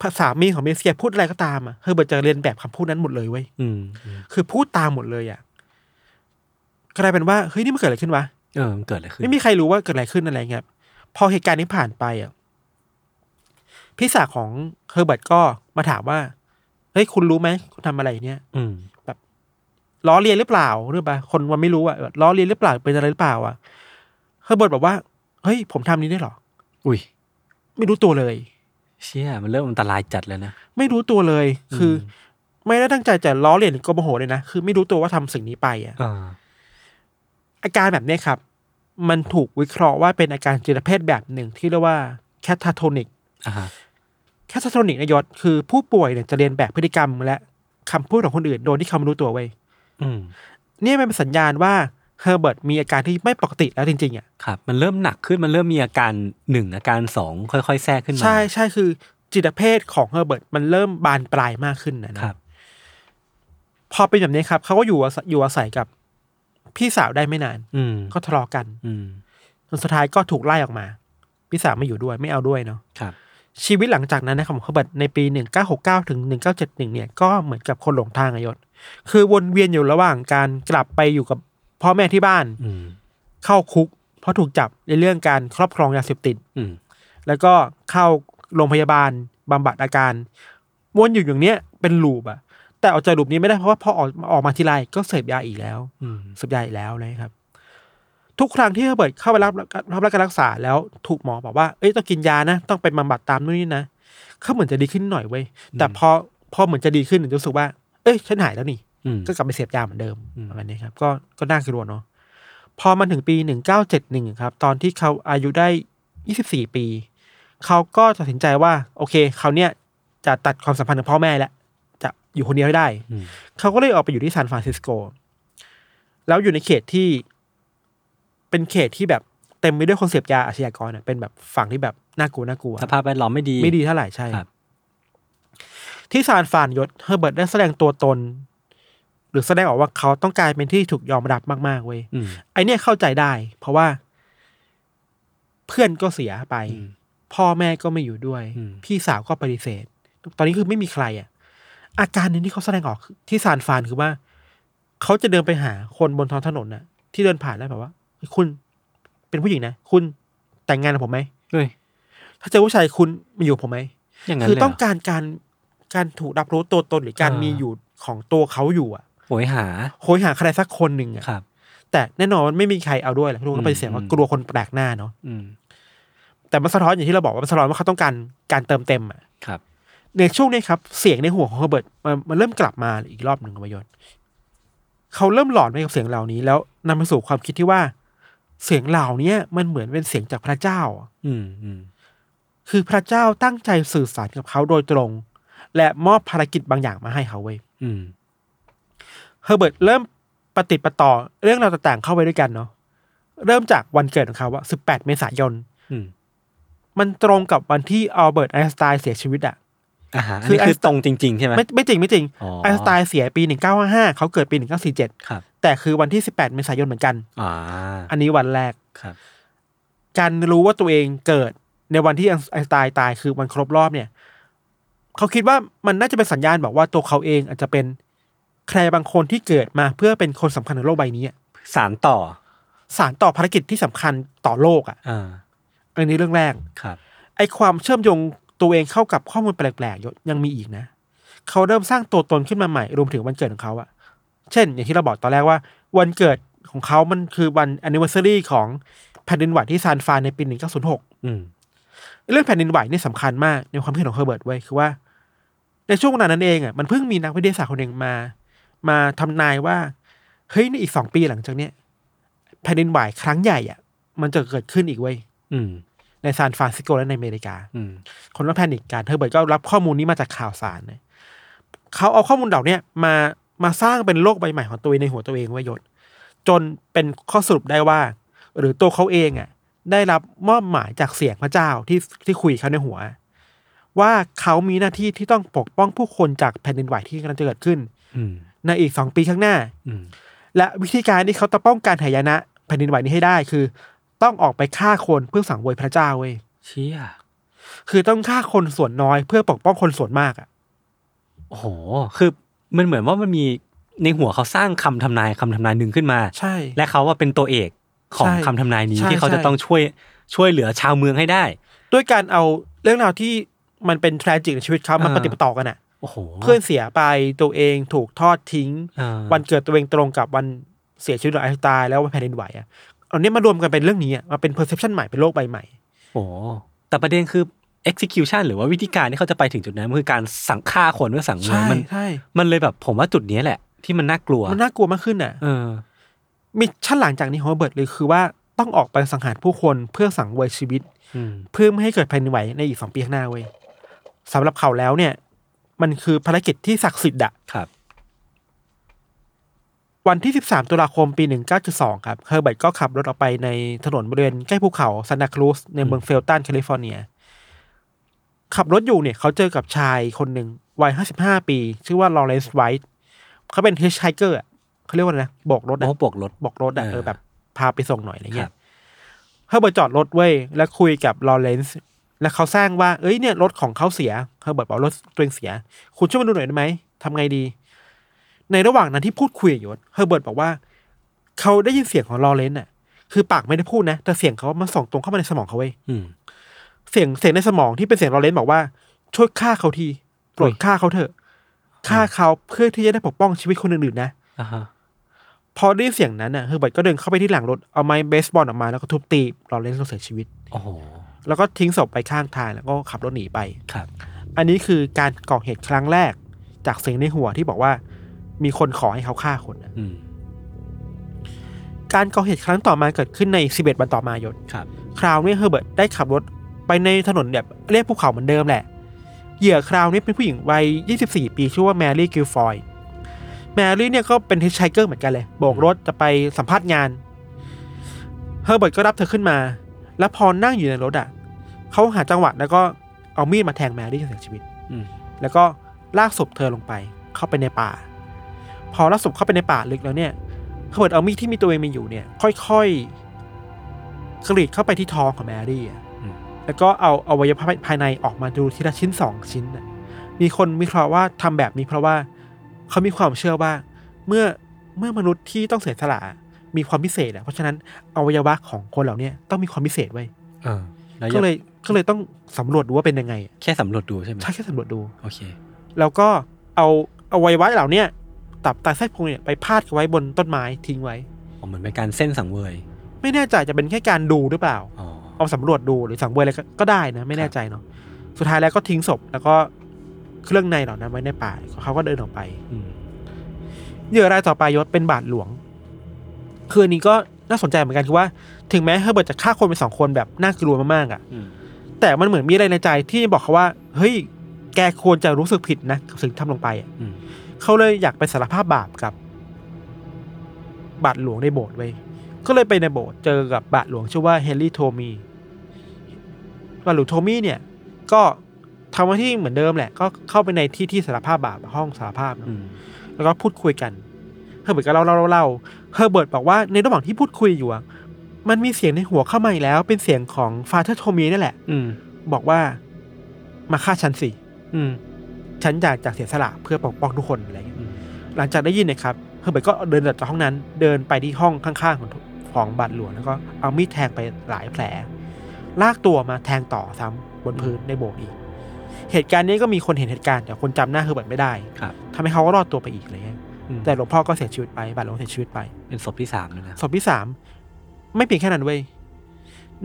[SPEAKER 2] ภาษามีของเมเซียพูดอะไรก็ตามอะ่ะเฮอร์เบิร์ตจะเรียนแบบคำพูดนั้นหมดเลยเว้ย
[SPEAKER 1] อืมอืม
[SPEAKER 2] คือพูดตามหมดเลยอ่ะกลายเป็นว่าเฮ้ยนี่มันเกิดอะไรขึ้นวะ
[SPEAKER 1] เออมันเกิดอะไรขึ้น
[SPEAKER 2] ไม่มีใครรู้ว่าเกิดอะไรขึ้นอะไรเงี้ยพอเหตุการณ์นี้ผ่านไปอ่ะพี่สาวของเฮอร์เบิร์ตก็มาถามว่าเฮ้ยคุณรู้ไหมคุณทำอะไรเนี่ย
[SPEAKER 1] อืม
[SPEAKER 2] ล้อเลียนหรือเปล่าหรือเปล่าคนมันไม่รู้อ่ะแบบล้อเลียนหรือเปล่าเป็นอะไรหรือเปล่าอ่ะเฮอร์เบิร์ตบอกว่าเฮ้ยผมทำนี้ได้เหรอ
[SPEAKER 1] อุ้ย
[SPEAKER 2] ไม่รู้ตัวเลย
[SPEAKER 1] เชี่ยมันเริ่มอันตรายจัดเลยนะ
[SPEAKER 2] ไม่รู้ตัวเลย คือ ไม่ได้ตั้งใจจะล้อเลียนหรือโกโมโหเลยนะคือไม่รู้ตัวว่าทำสิ่งนี้ไปอ่ะ
[SPEAKER 1] อ่า
[SPEAKER 2] อาการแบบเนี้ยครับ มันถูกวิเคราะห์ว่าเป็นอาการจิตเภทแบบหนึ่งที่เรียกว่าแคทาโทนิก
[SPEAKER 1] อ่าฮะ
[SPEAKER 2] แคทาโทนิกนายศคือผู้ป่วยเนี่ยจะเรียนแบบพฤติกรรมและคำพูดของคนอื่นโดยที่เขาไม่รู้ตัวไว้ย
[SPEAKER 1] อืม
[SPEAKER 2] เนี่ยมันเป็นสัญญาณว่าเฮอร์เบิร์ตมีอาการที่ไม่ปกติแล้วจริงๆอ่ะ
[SPEAKER 1] ครับ มันเริ่มหนักขึ้นมันเริ่มมีอาการหนึ่งอาการสองค่อยๆแทรกขึ้นมา
[SPEAKER 2] ใช่ใช่คือจิตเภทของเฮอร์เบิร์ตมันเริ่มบานปลายมากขึ้นนะนะครับ พอเป็นแบบนี้ครับเขาก็อยู่อาศัยอยู่อาศัยกับพี่สาวได้ไม่นาน
[SPEAKER 1] อืม
[SPEAKER 2] ก็ทะเลาะกัน
[SPEAKER 1] อืม
[SPEAKER 2] จนสุดท้ายก็ถูกไล่ออกมา พี่สาวไม่อยู่ด้วยไม่เอาด้วยเนาะ
[SPEAKER 1] ครับ
[SPEAKER 2] ชีวิตหลังจากนั้นนะครับของเฮอร์เบิร์ตในปี 1969 ถึง 1971 เนี่ยก็เหมือนกับคนหลงทางอะยศ คือวนเวียนอยู่ระหว่างการกลับไปอยู่กับพ่อแม่ที่บ้าน
[SPEAKER 1] อืม
[SPEAKER 2] เข้าคุก เพราะถูกจับในเรื่องการครอบครองยาเสพติด
[SPEAKER 1] อืม
[SPEAKER 2] แล้วก็เข้าโรงพยาบาลบำบัดอาการ วนอยู่อย่างเนี้ยเป็นลูปอะแต่ออกจากลูปนี้ไม่ได้เพราะว่าพอออกออกมาทีไรก็เสพยาอีกแล้ว
[SPEAKER 1] อืม
[SPEAKER 2] เสพยาอีกแล้วนะครับ ทุกครั้งที่เบิร์ตเข้าไปรับรับการรักษาแล้วถูกหมอบอกว่า เอ้ยต้องกินยานะ ต้องไปบำบัดตามนู่นนี่นะเขาเหมือนจะดีขึ้นหน่อยเว้ยแต่พอพอเหมือนจะดีขึ้นหนูรู้สึกว่า เอ้ยฉันหายแล้วนี่
[SPEAKER 1] อืม
[SPEAKER 2] ก็กลับไปเสพยาเหมือนเดิม
[SPEAKER 1] อืม
[SPEAKER 2] ประมาณนี้ครับก็ก็น่ากลัวเนาะพอมันถึงปีหนึ่งเก้าเจ็ดหนึ่งครับ ตอนที่เขาอายุได้ยี่สิบสี่ปี เขาก็ตัดสินใจว่า โอเคเขาเนี่ยจะตัดความสัมพันธ์กับพ่อแม่แล้วจะอยู่คนเดียวให้ได้
[SPEAKER 1] อืม
[SPEAKER 2] เขาก็เลยออกไปอยู่ที่ซานฟรานซิสโก แล้วอยู่ในเขตที่ เป็นเขตที่แบบเต็มไปด้วยคนเสพยาอาชญากรอะเป็นแบบฝั่งที่แบบน่ากลัวน่ากลัว
[SPEAKER 1] สภาพแวดล้อมไม่ดี
[SPEAKER 2] ไม่ดีเท่าไหร่ใช่
[SPEAKER 1] ครับ
[SPEAKER 2] ที่ซานฟรานยศเฮอร์เบิร์ตได้แสดงตัวตน หรือแสดงออกว่าเขาต้องการเป็นที่ถูกยอมรับมากๆเว้ย
[SPEAKER 1] อืม
[SPEAKER 2] ไอเนี่ยเข้าใจได้ เพราะว่า เพื่อนก็เสียไป
[SPEAKER 1] อืม
[SPEAKER 2] พ่อแม่ก็ไม่อยู่ด้วย
[SPEAKER 1] อืม
[SPEAKER 2] พี่สาวก็ปฏิเสธ ตอนนี้คือไม่มีใครอ่ะ อาการหนึงที่เขาแสดงออกที่ซานฟรานคือว่า เขาจะเดินไปหาคนบนท้องถนนน่ะ ที่เดินผ่านแล้วแบบว่าเฮ้ยคุณเป็นผู้หญิงนะคุณแต่งงานกับผมไหม
[SPEAKER 1] เฮ้ย
[SPEAKER 2] ถ้าเจอผู้ชายคุณมาอยู่กับผมไหม
[SPEAKER 1] อย่างนั้น
[SPEAKER 2] คื
[SPEAKER 1] เล
[SPEAKER 2] อย
[SPEAKER 1] เหร
[SPEAKER 2] ต้
[SPEAKER 1] อ
[SPEAKER 2] องการการการถูกรับรู้ตัวตนหรือการ
[SPEAKER 1] อ่ามี
[SPEAKER 2] มีอยู่ของตัวเขาอยู่อ่ะ
[SPEAKER 1] โหยหา
[SPEAKER 2] โหยหาใครสักคนหนึ่งอ่ะ
[SPEAKER 1] ครับ
[SPEAKER 2] แต่แน่นอนมันไม่มีใครเอาด้วยแหละทุกคนก็
[SPEAKER 1] อืม
[SPEAKER 2] ไปฏิเสียงว่า
[SPEAKER 1] อืม
[SPEAKER 2] กลัวคนแปลกหน้าเนาะ
[SPEAKER 1] อืม
[SPEAKER 2] แต่มันสะท้อนอย่างที่เราบอกว่ามันสะท้อนว่าเขาต้องการการเติมเต็มอ่ะ
[SPEAKER 1] ครับ
[SPEAKER 2] ในช่วงนี้ครับ เสียงในหัวของเฮอร์เบิร์ตมันมันเริ่มกลับมาอีกรอบหนึ่งประยชน์เขาเริ่มหลอนไปกับเสียงเหล่านี้ แล้วนำไปสู่ความคิดที่ว่า เสียงเหล่านี้มันเหมือนเป็นเสียงจากพระเจ้าอะ
[SPEAKER 1] อืมอืม
[SPEAKER 2] คือพระเจ้าตั้งใจสื่อสารกับเขาโดยตรง และมอบภารกิจบางอย่างมาให้เขาเว้ย
[SPEAKER 1] อืม
[SPEAKER 2] เฮอร์เบิร์ตเริ่มปฏิดประต่อเรื่องราวต่างๆเข้าไปด้วยกันเนาะเริ่มจากวันเกิดของเขาว่า18 เมษายน
[SPEAKER 1] อืม
[SPEAKER 2] มันตรงกับวันที่อัลเบิร์ตไอน์สไตน์เสียชีวิตอะ
[SPEAKER 1] อ่าฮะอัน
[SPEAKER 2] คือ
[SPEAKER 1] นี้
[SPEAKER 2] ไอ้
[SPEAKER 1] คือตรงจริง ๆ ใช่ไหม
[SPEAKER 2] ไม่ไม่จริงไม่จริง
[SPEAKER 1] อ๋อ
[SPEAKER 2] ไอน์สไตน์เสียปี 1955 เขาเกิดปี 1947
[SPEAKER 1] ครับ
[SPEAKER 2] แต่คือวันที่ 18 เมษายนเหมือนกัน
[SPEAKER 1] อ่า
[SPEAKER 2] อันนี้วันแรก
[SPEAKER 1] ครับ
[SPEAKER 2] การรู้ว่าตัวเองเกิดในวันที่ไอน์สไตน์ตายคือวันครบรอบเนี่ย เขาคิดว่ามันน่าจะเป็นสัญญาณบอกว่าตัวเขาเองอาจจะเป็นใครบางคนที่เกิดมาเพื่อเป็นคนสำคัญในโลกใบนี้อะ
[SPEAKER 1] สารต่อ
[SPEAKER 2] สารต่อภารกิจที่สำคัญต่อโลกอ่ะ
[SPEAKER 1] อ่า
[SPEAKER 2] อันนี้เรื่องแรก
[SPEAKER 1] ครับ
[SPEAKER 2] ไอความเชื่อมโยงตัวเองเข้ากับข้อมูลแปลกๆยศยังมีอีกนะ เขาเริ่มสร้างตัวตนขึ้นมาใหม่รวมถึงวันเกิดของเขาอะเช่น อย่างที่เราบอกตอนแรกว่า วันเกิดของเขามันคือวัน anniversary ของแผ่นดินไหวที่ซานฟรานในปี 1906
[SPEAKER 1] อืม
[SPEAKER 2] เรื่องแผ่นดินไหวเนี่ยสำคัญมากในความคิดของเฮอร์เบิร์ตไว้ยคือว่า ในช่วงเวลานั้นเองอ่ะมันเพิ่งมีนักวิทยาศาสตร์คนหนึ่งมา มาทำนายว่า เฮ้ยในอีกสองปีหลังจากเนี้ยแผ่นดินไหวครั้งใหญ่อ่ะ มันจะเกิดขึ้นอีกเว้ย
[SPEAKER 1] อืม
[SPEAKER 2] ในซานฟรานซิสโกและในอเมริกา
[SPEAKER 1] อืม
[SPEAKER 2] คนก็แพนิคกันเฮอร์เบิร์ตก็รับข้อมูลนี้มาจากข่าวสารเนี่ยเขาเอาข้อมูลเหล่าเนี้ยมามาสร้างเป็นโลกใบใหม่ของตัวเองในหัวตัวเองไว้ยศจนเป็นข้อสรุปได้ว่า หรือตัวเขาเองอ่ะ ได้รับมอบหมายจากเสียงพระเจ้าที่ที่คุยกับเขาในหัว ว่าเขามีหน้าที่ที่ต้องปกป้องผู้คนจากแผ่นดินไหวที่กำลังจะเกิดขึ้น
[SPEAKER 1] อืม
[SPEAKER 2] ในอีกสองปีข้างหน้า
[SPEAKER 1] อืม
[SPEAKER 2] และวิธีการที่เขาจะป้องกันหายนะแผ่นดินไหวนี้ให้ได้คือ ต้องออกไปฆ่าคนเพื่อสังเวยพระเจ้าเว้ย
[SPEAKER 1] เชี่ย
[SPEAKER 2] คือต้องฆ่าคนส่วนน้อยเพื่อปกป้องคนส่วนมากอ่ะ
[SPEAKER 1] โอ้โห คือมันเหมือนว่ามันมีในหัวเขาสร้างคำทำนายคำทำนายหนึ่งขึ้นมา
[SPEAKER 2] ใช่
[SPEAKER 1] และเขาว่าเป็นตัวเอกของ
[SPEAKER 2] ใช่
[SPEAKER 1] คำทำนายนี้
[SPEAKER 2] ใช่
[SPEAKER 1] ที่เขาจะ
[SPEAKER 2] ใช่
[SPEAKER 1] ต้องช่วยช่วยเหลือชาวเมืองให้ได้
[SPEAKER 2] ด้วยการเอาเรื่องราวที่มันเป็น t r a g i c ในชีวิตเขามา
[SPEAKER 1] อ่า
[SPEAKER 2] ปฏิปต่อกันอ่ะ
[SPEAKER 1] โอ้โห
[SPEAKER 2] เพื่อนเสียไปตัวเองถูกทอดทิ้ง
[SPEAKER 1] อ่า
[SPEAKER 2] วันเกิดตัวเองตรงกับวันเสียชีวิตของไอน์สไตน์แล้ววันแผ่นดินไหวอ่ะเอาเนี้ยมารวมกันเป็นเรื่องนี้อะมาเป็น perception ใหม่เป็นโลกใบใหม่
[SPEAKER 1] โอ้โหแต่ประเด็นคือ execution หรือว่าวิธีการที่เขาจะไปถึงจุดนั้นมันคือการสั่งฆ่าคนเพื่อสั่งเมือง
[SPEAKER 2] ใช่
[SPEAKER 1] มัน
[SPEAKER 2] ใช่
[SPEAKER 1] มันเลยแบบผมว่าจุดเนี้ยแหละ ที่มันน่ากลัว
[SPEAKER 2] มันน่ากลัวมากขึ้นอ่ะ
[SPEAKER 1] เออ
[SPEAKER 2] มิชชั่นหลังจากนี้ของโรเบิร์ตเลยคือว่าต้องออกไปสังหารผู้คนเพื่อสังเวยชีวิต
[SPEAKER 1] อืม
[SPEAKER 2] เพื่อไม่ให้เกิดแผ่นดินไหวในอีกสองปีข้างหน้าเว้ยสำหรับเขาแล้วเนี่ย มันคือภารกิจที่ศักดิ์สิทธิ์อะ
[SPEAKER 1] ครับ
[SPEAKER 2] วันที่ 13 ตุลาคม ปี 1972 ครับ เฮอร์เบิร์ตก็ขับรถออกไปในถนนบริเวณใกล้ภูเขาซานตาครูสในเมืองเฟลตันแคลิฟอร์เนีย ขับรถอยู่เนี่ยเขาเจอกับชายคนหนึ่งวัย 55 ปี ชื่อว่าลอเรนซ์ไวท์เขาเป็น h ิชไฮเกอร์เขาเรียกว่าอะไรนะโบกรถ
[SPEAKER 1] โอ้
[SPEAKER 2] อะ
[SPEAKER 1] บวกรถ
[SPEAKER 2] โบกรถอะ
[SPEAKER 1] อ่า
[SPEAKER 2] เออแบบพาไปส่งหน่อยอะไร
[SPEAKER 1] ค
[SPEAKER 2] เงี้
[SPEAKER 1] รั
[SPEAKER 2] ย
[SPEAKER 1] บ
[SPEAKER 2] เฮอร์เบิร์ตจอดรถเว้ย แล้วคุยกับลอเรนซ์แล้วเขาสร้างว่าเอ้ยเนี่ยรถของเขาเสียเฮอร์เบิร์ตบอกรถตัวเองเสีย คุณช่วยมาดูหน่อยได้ไหมทำไงดี ในระหว่างนั้นที่พูดคุยอยู่เฮอร์เบิร์ตบอกว่า เขาได้ยินเสียงของลอเรนซ์อ่ะ คือปากไม่ได้พูดนะ แต่เสียงเขามาส่องตรงเข้ามาในสมองเขาเว้ย
[SPEAKER 1] อืม
[SPEAKER 2] เสียงเสียงในสมองที่เป็นเสียงลอเรนซ์บอกว่าช่วยฆ่าเขาที โปรดฆ่าเขาเถอะฆ่าเขาเพื่อที่จะได้ปกป้องชีวิตคนอื่นๆนะ
[SPEAKER 1] อ่าฮะ
[SPEAKER 2] พอได้ยินเสียงนั้นน่ะเฮอร์เบิร์ตก็เดินเข้าไปที่หลังรถ เอาไม้เบสบอลออกมาแล้วก็ทุบตีลอเรนซ์จนเสียชีวิต
[SPEAKER 1] โอ้โห
[SPEAKER 2] แล้วก็ทิ้งศพไปข้างทางแล้วก็ขับรถหนีไป
[SPEAKER 1] ครับ
[SPEAKER 2] อันนี้คือการก่อเหตุครั้งแรก จากเสียงในหัวที่บอกว่า มีคนขอให้เขาฆ่าคนน่ะ
[SPEAKER 1] อืม
[SPEAKER 2] การก่อเหตุครั้งต่อมาเกิดขึ้นใน 11วันต่อมายศ
[SPEAKER 1] ครับ
[SPEAKER 2] คราวนี้เฮอร์เบิร์ตได้ขับรถไปในถนนแบบเรียบภูเขาเหมือนเดิมแหละ เหยื่อคราวนี้เป็นผู้หญิงวัย 24 ปีชื่อว่าแมรี่กิลฟอยด์แมรี่เนี่ยก็เป็นฮิชไชเกอร์เหมือนกันเลย โบกรถจะไปสัมภาษณ์งาน เฮอร์เบิร์ตก็รับเธอขึ้นมา แล้วพอนั่งอยู่ในรถอ่ะเขาหาจังหวะแล้วก็เอามีดมาแทงแมรี่จนเสียชีวิต
[SPEAKER 1] อืม
[SPEAKER 2] แล้วก็ลากศพเธอลงไป เข้าไปในป่า พอลากศพเข้าไปในป่าลึกแล้วเนี่ยเฮอร์เบิร์ตเอามีดที่มีตัวเองมีอยู่เนี่ย ค่อยๆกรีดเข้าไปที่ท้องของแมรี่อะ
[SPEAKER 1] อืม
[SPEAKER 2] แล้วก็เอาอวัยวะภายในออกมาดูทีละชิ้นสองชิ้นน่ะมีคนวิเคราะห์ว่าทำแบบนี้เพราะว่าเขามีความเชื่อว่า เมื่อเมื่อมนุษย์ที่ต้องเสียสละมีความพิเศษอะเพราะฉะนั้นอวัยวะของคนเหล่าเนี้ต้องมีความพิเศษไว้ย
[SPEAKER 1] เออแล้ว
[SPEAKER 2] ก็
[SPEAKER 1] ง
[SPEAKER 2] เลยก็เลยต้องสำรวจดูว่าเป็นยังไงอะ
[SPEAKER 1] แค่สำรวจดูใช่ไหม
[SPEAKER 2] ใช่แค่สำรวจดู
[SPEAKER 1] โอเค
[SPEAKER 2] แล้วก็เอาอวัยวะเหล่าเนี้ยตับไตไส้พุงเนี่ยไปพาดไว้บนต้นไม้ทิ้งไว้
[SPEAKER 1] ผมเหมือนเป็นการเส้นสังเวย
[SPEAKER 2] ไม่แน่ใจจะเป็นแค่การดูหรือเปล่า
[SPEAKER 1] อ๋อ
[SPEAKER 2] เอาสำรวจดูหรือสังเวยอะไรก็ก็ได้นะ ไม่แน่ใจเนาะสุดท้ายแล้วก็ทิ้งศพแล้วก็เครื่องในเหล่านั้นไว้ในป่าเขาก็เดินออกไป
[SPEAKER 1] อืม
[SPEAKER 2] เหยื่อรายต่อไปยศเป็นบาทหลวง คืนนี้ก็น่าสนใจเหมือนกันคือว่า ถึงแม้เฮอร์เบิร์ตจะฆ่าคนไปสองคนแบบน่ากลัวมากๆอ่ะ
[SPEAKER 1] อืม
[SPEAKER 2] แต่มันเหมือนมีอะไรในใจที่บอกเขาว่า เฮ้ย แกควรจะรู้สึกผิดนะกับสิ่งที่ทำลงไปอะ
[SPEAKER 1] อืม
[SPEAKER 2] เขาเลยอยากไปสารภาพบาปกับ บาทหลวงในโบสถ์ไว้ยก็เลยไปในโบสถ์เจอกับบาทหลวงชื่อว่าเฮนรี่โทมีบาทหลวงโทมี่เนี่ย ก็ทำหน้าที่เหมือนเดิมแหละ ก็เข้าไปในที่ที่สารภาพบาปห้องสารภาพเนอะ
[SPEAKER 1] อืม
[SPEAKER 2] แล้วก็พูดคุยกันเฮอร์เบิร์ตก็เล่าเล่าเล่าเล่าเฮอร์เบิร์ตบอกว่าในระหว่างที่พูดคุยอยู่อะมันมีเสียงในหัวเข้ามาอีกแล้ว เป็นเสียงของฟาเธอร์โทมีนั่นแหละ
[SPEAKER 1] อืม
[SPEAKER 2] บอกว่ามาฆ่าฉันสิ
[SPEAKER 1] อืม
[SPEAKER 2] ฉันอยากจะเสียสละเพื่อปกป้องทุกคนอะไรอย่างเงี้ย
[SPEAKER 1] อืม
[SPEAKER 2] หลังจากได้ยินเนยครับเฮอร์เบิร์ตก็เดินออกจากห้องนั้น เดินไปที่ห้องข้างๆของของบาดหลวงแล้วก็เอามีดแทงไปหลายแผล ลากตัวมาแทงต่อซ้ำบนพื้นในโบสถ์อีก เหตุการณ์นี้ก็มีคนเห็นเหตุการณ์แต่คนจำหน้าเฮอร์เบิร์ตไม่ได้
[SPEAKER 1] ครับ
[SPEAKER 2] ทำให้เขาก็รอดตัวไปอีกอะไรเงี้ย
[SPEAKER 1] อืม
[SPEAKER 2] แต่หลวงพ่อก็เสียชีวิตไปบาดหลวงเสียชีวิตไป
[SPEAKER 1] เป็นศพที่สามแล้วนะ
[SPEAKER 2] ศพที่สามไม่เพียงแค่นั้นเว้ย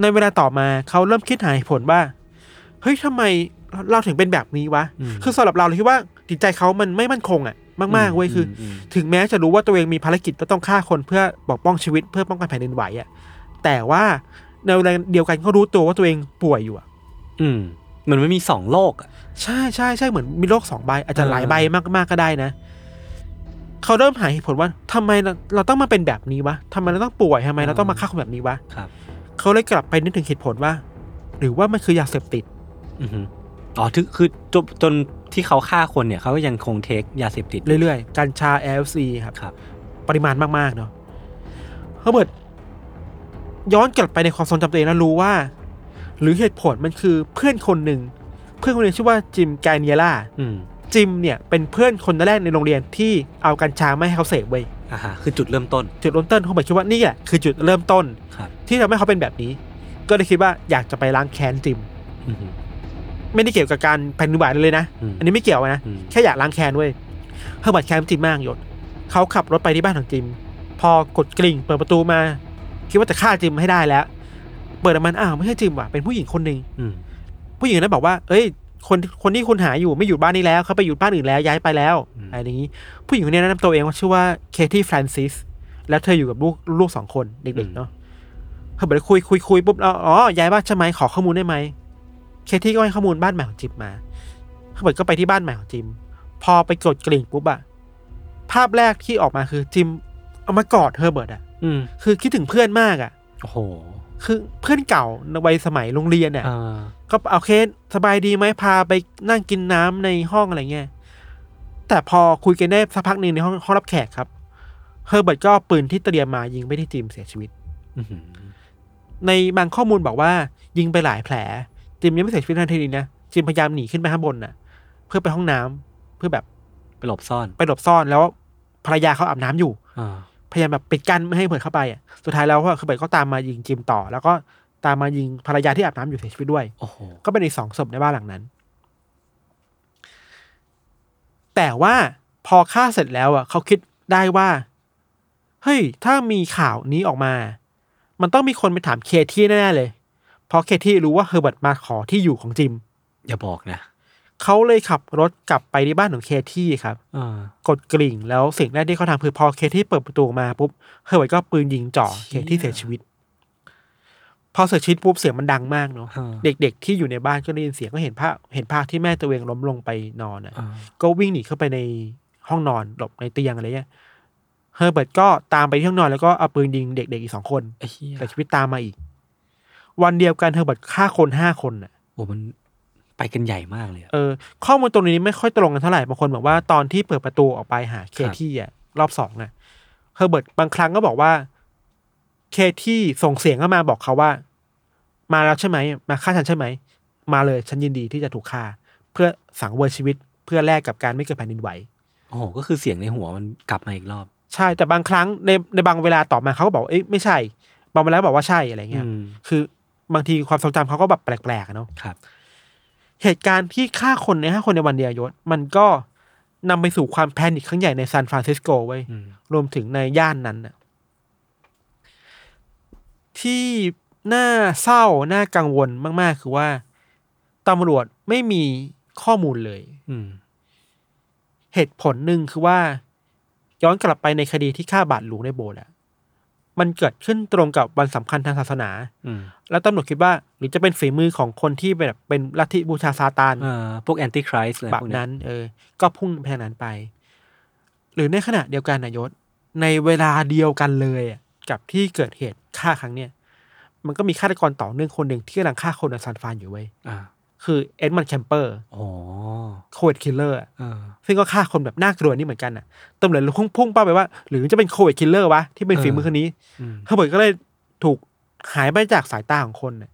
[SPEAKER 2] ในเวลาต่อมาเขาเริ่มคิดหาเหตุผลว่า เฮ้ยทำไมเราถึงเป็นแบบนี้วะ
[SPEAKER 1] อืม
[SPEAKER 2] คือสำหรับเราเราคิดว่าจิตใจเขามันไม่มั่นคงอะมากๆเว้ยคืออ
[SPEAKER 1] ม
[SPEAKER 2] ถึงแม้จะรู้ว่าตัวเองมีภารกิจต้องฆ่าคนเพื่อปกป้องชีวิตเพื่อป้องกันแผ่นดินไหวอะแต่ว่าในเวลาเดียวกันเขารู้ตัวว่าตัวเองป่วยอยู่อะ
[SPEAKER 1] อืมเหมันไม่มีสองโลกอะ
[SPEAKER 2] ใช่ใช่ใช่เหมือนมีโรคสองใบอาจจะหลายใบ
[SPEAKER 1] เออ
[SPEAKER 2] มากๆก็ได้นะเขาเริ่มหาเหตุผลว่าทำไมเราเราต้องมาเป็นแบบนี้วะทำไมเราต้องป่วยทำไมเราต้องมาฆ่าคนแบบนี้วะ
[SPEAKER 1] ครับ
[SPEAKER 2] เขาเลยกลับไปนึกถึงเหตุผลว่า หรือว่ามันคือยาเสพติด
[SPEAKER 1] อือหืออ๋อถึงคือจนจนที่เขาฆ่าคนเนี่ยเขาก็ยังคงเทคยาเสพติด
[SPEAKER 2] เรื่อยๆ กัญชา LSD ครับ
[SPEAKER 1] ครับ
[SPEAKER 2] ปริมาณมาก ๆ เนาะเฮอร์เบิร์ตย้อนกลับไปในความทรงจำตัวเองแล้วรู้ว่า หรือเหตุผลมันคือเพื่อนคนหนึ่ง เพื่อนคนหนึงชื่อว่าจิมไกเนียล่า
[SPEAKER 1] อืม
[SPEAKER 2] จิมเนี่ยเป็นเพื่อนคนแรกในโรงเรียนที่เอากัญชาไม่ให้เขาเสพเว้ย
[SPEAKER 1] อ่าฮะคือจุดเริ่มต้น
[SPEAKER 2] จุดเริ่มต้นเฮอร์เบิร์ตคิดว่านี่แหละคือจุดเริ่มต้น
[SPEAKER 1] ครับ
[SPEAKER 2] ที่ทำให้เขาเป็นแบบนี้ ก็เลยคิดว่าอยากจะไปล้างแค้นจิม
[SPEAKER 1] อือหือ
[SPEAKER 2] ไม่ได้เกี่ยวกับการแผ่นดินไหวเลยนะ
[SPEAKER 1] อืม
[SPEAKER 2] อันนี้ไม่เกี่ยวนะ
[SPEAKER 1] อืม
[SPEAKER 2] แค่อยากล้างแค้นเว้ยเฮอร์เบิร์ตแคมป์จิมมากหยด เขาขับรถไปที่บ้านของจิม พอกดกริ่งเปิดประตูมา คิดว่าจะฆ่าจิมให้ได้แล้ว เปิดออกมันอ้าวไม่ใช่จิมว่ะ เป็นผู้หญิงคนหนึ่ง
[SPEAKER 1] อืม
[SPEAKER 2] ผู้หญิงคนนั้นบอกว่า เอ้ย คนคนที่คุณหาอยู่ไม่อยู่บ้านนี้แล้วเขาไปอยู่บ้านอื่นแล้วย้ายไปแล้วอะไรอย่างนี้ ผู้หญิงคนนี้แนะนำตัวเองว่าชื่อว่าเคที่ฟรานซิส แล้วเธออยู่กับลูกลูกสองคนเด็กๆเนาะเขาบอกว่าคุยคุยคุยปุ๊บแล้วอ๋อย้ายบ้านใช่ไหมขอข้อมูลได้ไหม เคที่ก็ให้ข้อมูลบ้านใหม่ของจิมมาเขาบอกก็ไปที่บ้านใหม่ของจิม พอไปกดกริ่งปุ๊บอะภาพแรกที่ออกมาคือจิมเอามากอดเฮอร์เบิร์ตอะ
[SPEAKER 1] อืม
[SPEAKER 2] คือคิดถึงเพื่อนมากอะ
[SPEAKER 1] โอ้โห
[SPEAKER 2] คือเพื่อนเก่าในวัยสมัยโรงเรียนเนี่ย
[SPEAKER 1] อ่า
[SPEAKER 2] ก็เอาเคสสบายดีไหมพาไปนั่งกินน้ำในห้องอะไรเงี้ย แต่พอคุยกันได้สักพักหนึ่งในห้องห้องรับแขกครับ เฮอร์เบิร์ตก็เอาปืนที่เตรียมมายิงไปที่จิมเสียชีวิต
[SPEAKER 1] อือหือ
[SPEAKER 2] ในบางข้อมูลบอกว่า ยิงไปหลายแผล จิมยังไม่เสียชีวิตทันทีนะ จิมพยายามหนีขึ้นไปข้างบนน่ะ เพื่อไปห้องน้ำเพื่อแบบ
[SPEAKER 1] ไปหลบซ่อน
[SPEAKER 2] ไปหลบซ่อนแล้วภรรยาเขาอาบน้ำอยู่
[SPEAKER 1] อ่า
[SPEAKER 2] พยายามแบบปิดกั้นไม่ให้เปิดเข้าไปอ่ะ สุดท้ายแล้วเฮอร์เบิร์ตก็ตามมายิงจิมต่อ แล้วก็ตามมายิงภรรยาที่อาบน้ำอยู่เสียชีวิตด้วย
[SPEAKER 1] โอ้โห
[SPEAKER 2] ก็เป็นอีกสองศพในบ้านหลังนั้น แต่ว่าพอฆ่าเสร็จแล้วอ่ะเขาคิดได้ว่า เฮ้ย ถ้ามีข่าวนี้ออกมา มันต้องมีคนไปถามเคที่แน่ๆเลย เพราะเคที่รู้ว่าเฮอร์เบิร์ตมาขอที่อยู่ของจิม
[SPEAKER 1] อย่าบอกนะ
[SPEAKER 2] เขาเลยขับรถกลับไปที่บ้านของเคที่ครับ
[SPEAKER 1] อ่าก
[SPEAKER 2] ดกริ่ง แล้วสิ่งแรกที่เขาทำคือพอเคที่เปิดประตูมาปุ๊บเฮอร์เบิร์ตก็ปืนยิงจ่อเคที่เสียชีวิต พอเสียชีวิตปุ๊บเสียงมันดังมากเนาะ
[SPEAKER 1] อ่า
[SPEAKER 2] เด็กๆ ที่อยู่ในบ้านก็ได้ยินเสียงก็เห็นภาพเห็นภาพที่แม่ตัวเองล้มลงไปนอนอ่ะ
[SPEAKER 1] อ่า
[SPEAKER 2] ก็วิ่งหนีเข้าไปในห้องนอนหลบในเตียงอะไรเงี้ยเฮอร์เบิร์ตก็ตามไปที่ห้องนอนแล้วก็เอาปืนยิงเด็กๆอีกสองคน
[SPEAKER 1] ไอ้เหี้ย
[SPEAKER 2] แต่ชีวิตตามมาอีก วันเดียวกันเฮอร์เบิร์ตฆ่าคนห้าคนน่ะ
[SPEAKER 1] โอ้มันไปกันใหญ่มากเลยอะ
[SPEAKER 2] เออข้อมูลตรงนี้ไม่ค่อยตรงกันเท่าไหร่บางคนบอกว่าตอนที่เปิดประตูออกไปหาเค
[SPEAKER 1] ครับ
[SPEAKER 2] ที่อ่ะรอบสองอ่ะเฮอร์เบิร์ตบางครั้งก็บอกว่า เคที่ส่งเสียงเข้ามาบอกเขาว่า มาแล้วใช่ไหมมาฆ่าฉันใช่ไหม มาเลยฉันยินดีที่จะถูกฆ่า เพื่อสังเวยชีวิตเพื่อแลกกับการไม่เกิดแผ่นดินไหว
[SPEAKER 1] โอ้โหก็คือเสียงในหัวมันกลับมาอีกรอบ
[SPEAKER 2] ใช่แต่บางครั้งในในบางเวลาต่อมาเขาก็บอกว่าเอ้ยไม่ใช่ บางเวลาก็บอกว่าใช่อะไรเงี้ย
[SPEAKER 1] อืม
[SPEAKER 2] คือบางทีความทรงจำเขาก็แบบแปลกๆอะเนาะ
[SPEAKER 1] ครับ
[SPEAKER 2] เหตุการณ์ที่ฆ่าคนในห้าคนในวันเดียวยศ มันก็นำไปสู่ความแพนิคครั้งใหญ่ในซานฟรานซิสโกไว้ย
[SPEAKER 1] อืม
[SPEAKER 2] รวมถึงในย่านนั้นน่ะที่น่าเศร้า น่ากังวลมาก ๆ คือว่าตำรวจไม่มีข้อมูลเลย
[SPEAKER 1] อืม
[SPEAKER 2] เหตุผลหนึ่งคือว่า ย้อนกลับไปในคดีที่ฆ่าบาทหลวงในโบสถ์อะมันเกิดขึ้นตรงกับวันสำคัญทางศาสนา
[SPEAKER 1] อืม
[SPEAKER 2] แล้วตำรวจคิดว่า หรือจะเป็นฝีมือของคนที่แบบเป็นลัทธิบูชาซาตาน
[SPEAKER 1] เอ่อพวกแอนติคริสอะไร
[SPEAKER 2] แบ
[SPEAKER 1] พ
[SPEAKER 2] บ
[SPEAKER 1] วกเนี้ย
[SPEAKER 2] นั้นเออ ก็พุ่งไปทางนั้นไป หรือในขณะเดียวกันนายศ ในเวลาเดียวกันเลยอะกับที่เกิดเหตุฆ่าครั้งเนี้ยมันก็มีฆาตกรต่อเนื่องคนหนึ่งที่กำลังฆ่าคนในซานฟรานอยู่เว้ย
[SPEAKER 1] อ่า
[SPEAKER 2] คือเอ็ดมันด์แคมเปอร์
[SPEAKER 1] โอ้โห
[SPEAKER 2] โควิดคิลเลอร์
[SPEAKER 1] เออ
[SPEAKER 2] ซึ่งก็ฆ่าคนแบบน่ากลัวนี่เหมือนกันน่ะตำรวจเลยพุ่งพุ่งเป้าไปว่า หรือจะเป็นโควิดคิลเลอร์วะที่เป็นฝีมือคนนี้
[SPEAKER 1] อืม
[SPEAKER 2] เฮอร์เบิร์ตก็เลยถูกหายไปจากสายตาของคนน่ะ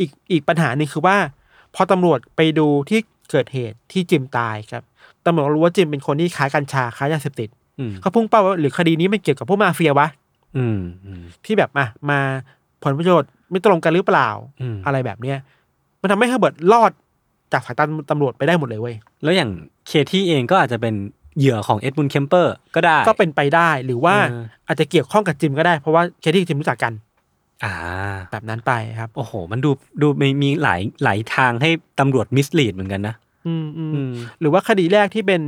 [SPEAKER 2] อีกอีกปัญหาหนึ่งคือว่า พอตำรวจไปดูที่เกิดเหตุที่จิมตายครับ ตำรวจรู้ว่าจิมเป็นคนที่ค้ากัญชาค้ายาเสพติด
[SPEAKER 1] อืม
[SPEAKER 2] เขาพุ่งเป้าว่าหรือคดีนี้มันเกี่ยวกับพวกมาเฟียวะ
[SPEAKER 1] อืมอืม
[SPEAKER 2] ที่แบบมามาผลประโยชน์ไม่ตรงกันหรือเปล่า
[SPEAKER 1] อืม
[SPEAKER 2] อะไรแบบเนี้ยมันทำให้เฮอร์เบิร์ตรอดจากสายตาตำรวจไปได้หมดเลยเว้ย
[SPEAKER 1] แล้วอย่างเคที่เองก็อาจจะเป็นเหยื่อของเอ็ดมุนเคมเปอร์ก็ได้
[SPEAKER 2] ก็เป็นไปได้หรือว่า
[SPEAKER 1] เออ
[SPEAKER 2] อาจจะเกี่ยวข้องกับจิมก็ได้เพราะว่าเคที่กับจิมรู้จักกัน
[SPEAKER 1] อ่า
[SPEAKER 2] แบบนั้นไปครับ
[SPEAKER 1] โอ้โห มันดูดูมีมีหลายหลายทางให้ตำรวจมิสลีดเหมือนกันนะ
[SPEAKER 2] อืมอืม
[SPEAKER 1] อืม
[SPEAKER 2] หรือว่าคดีแรกที่เป็น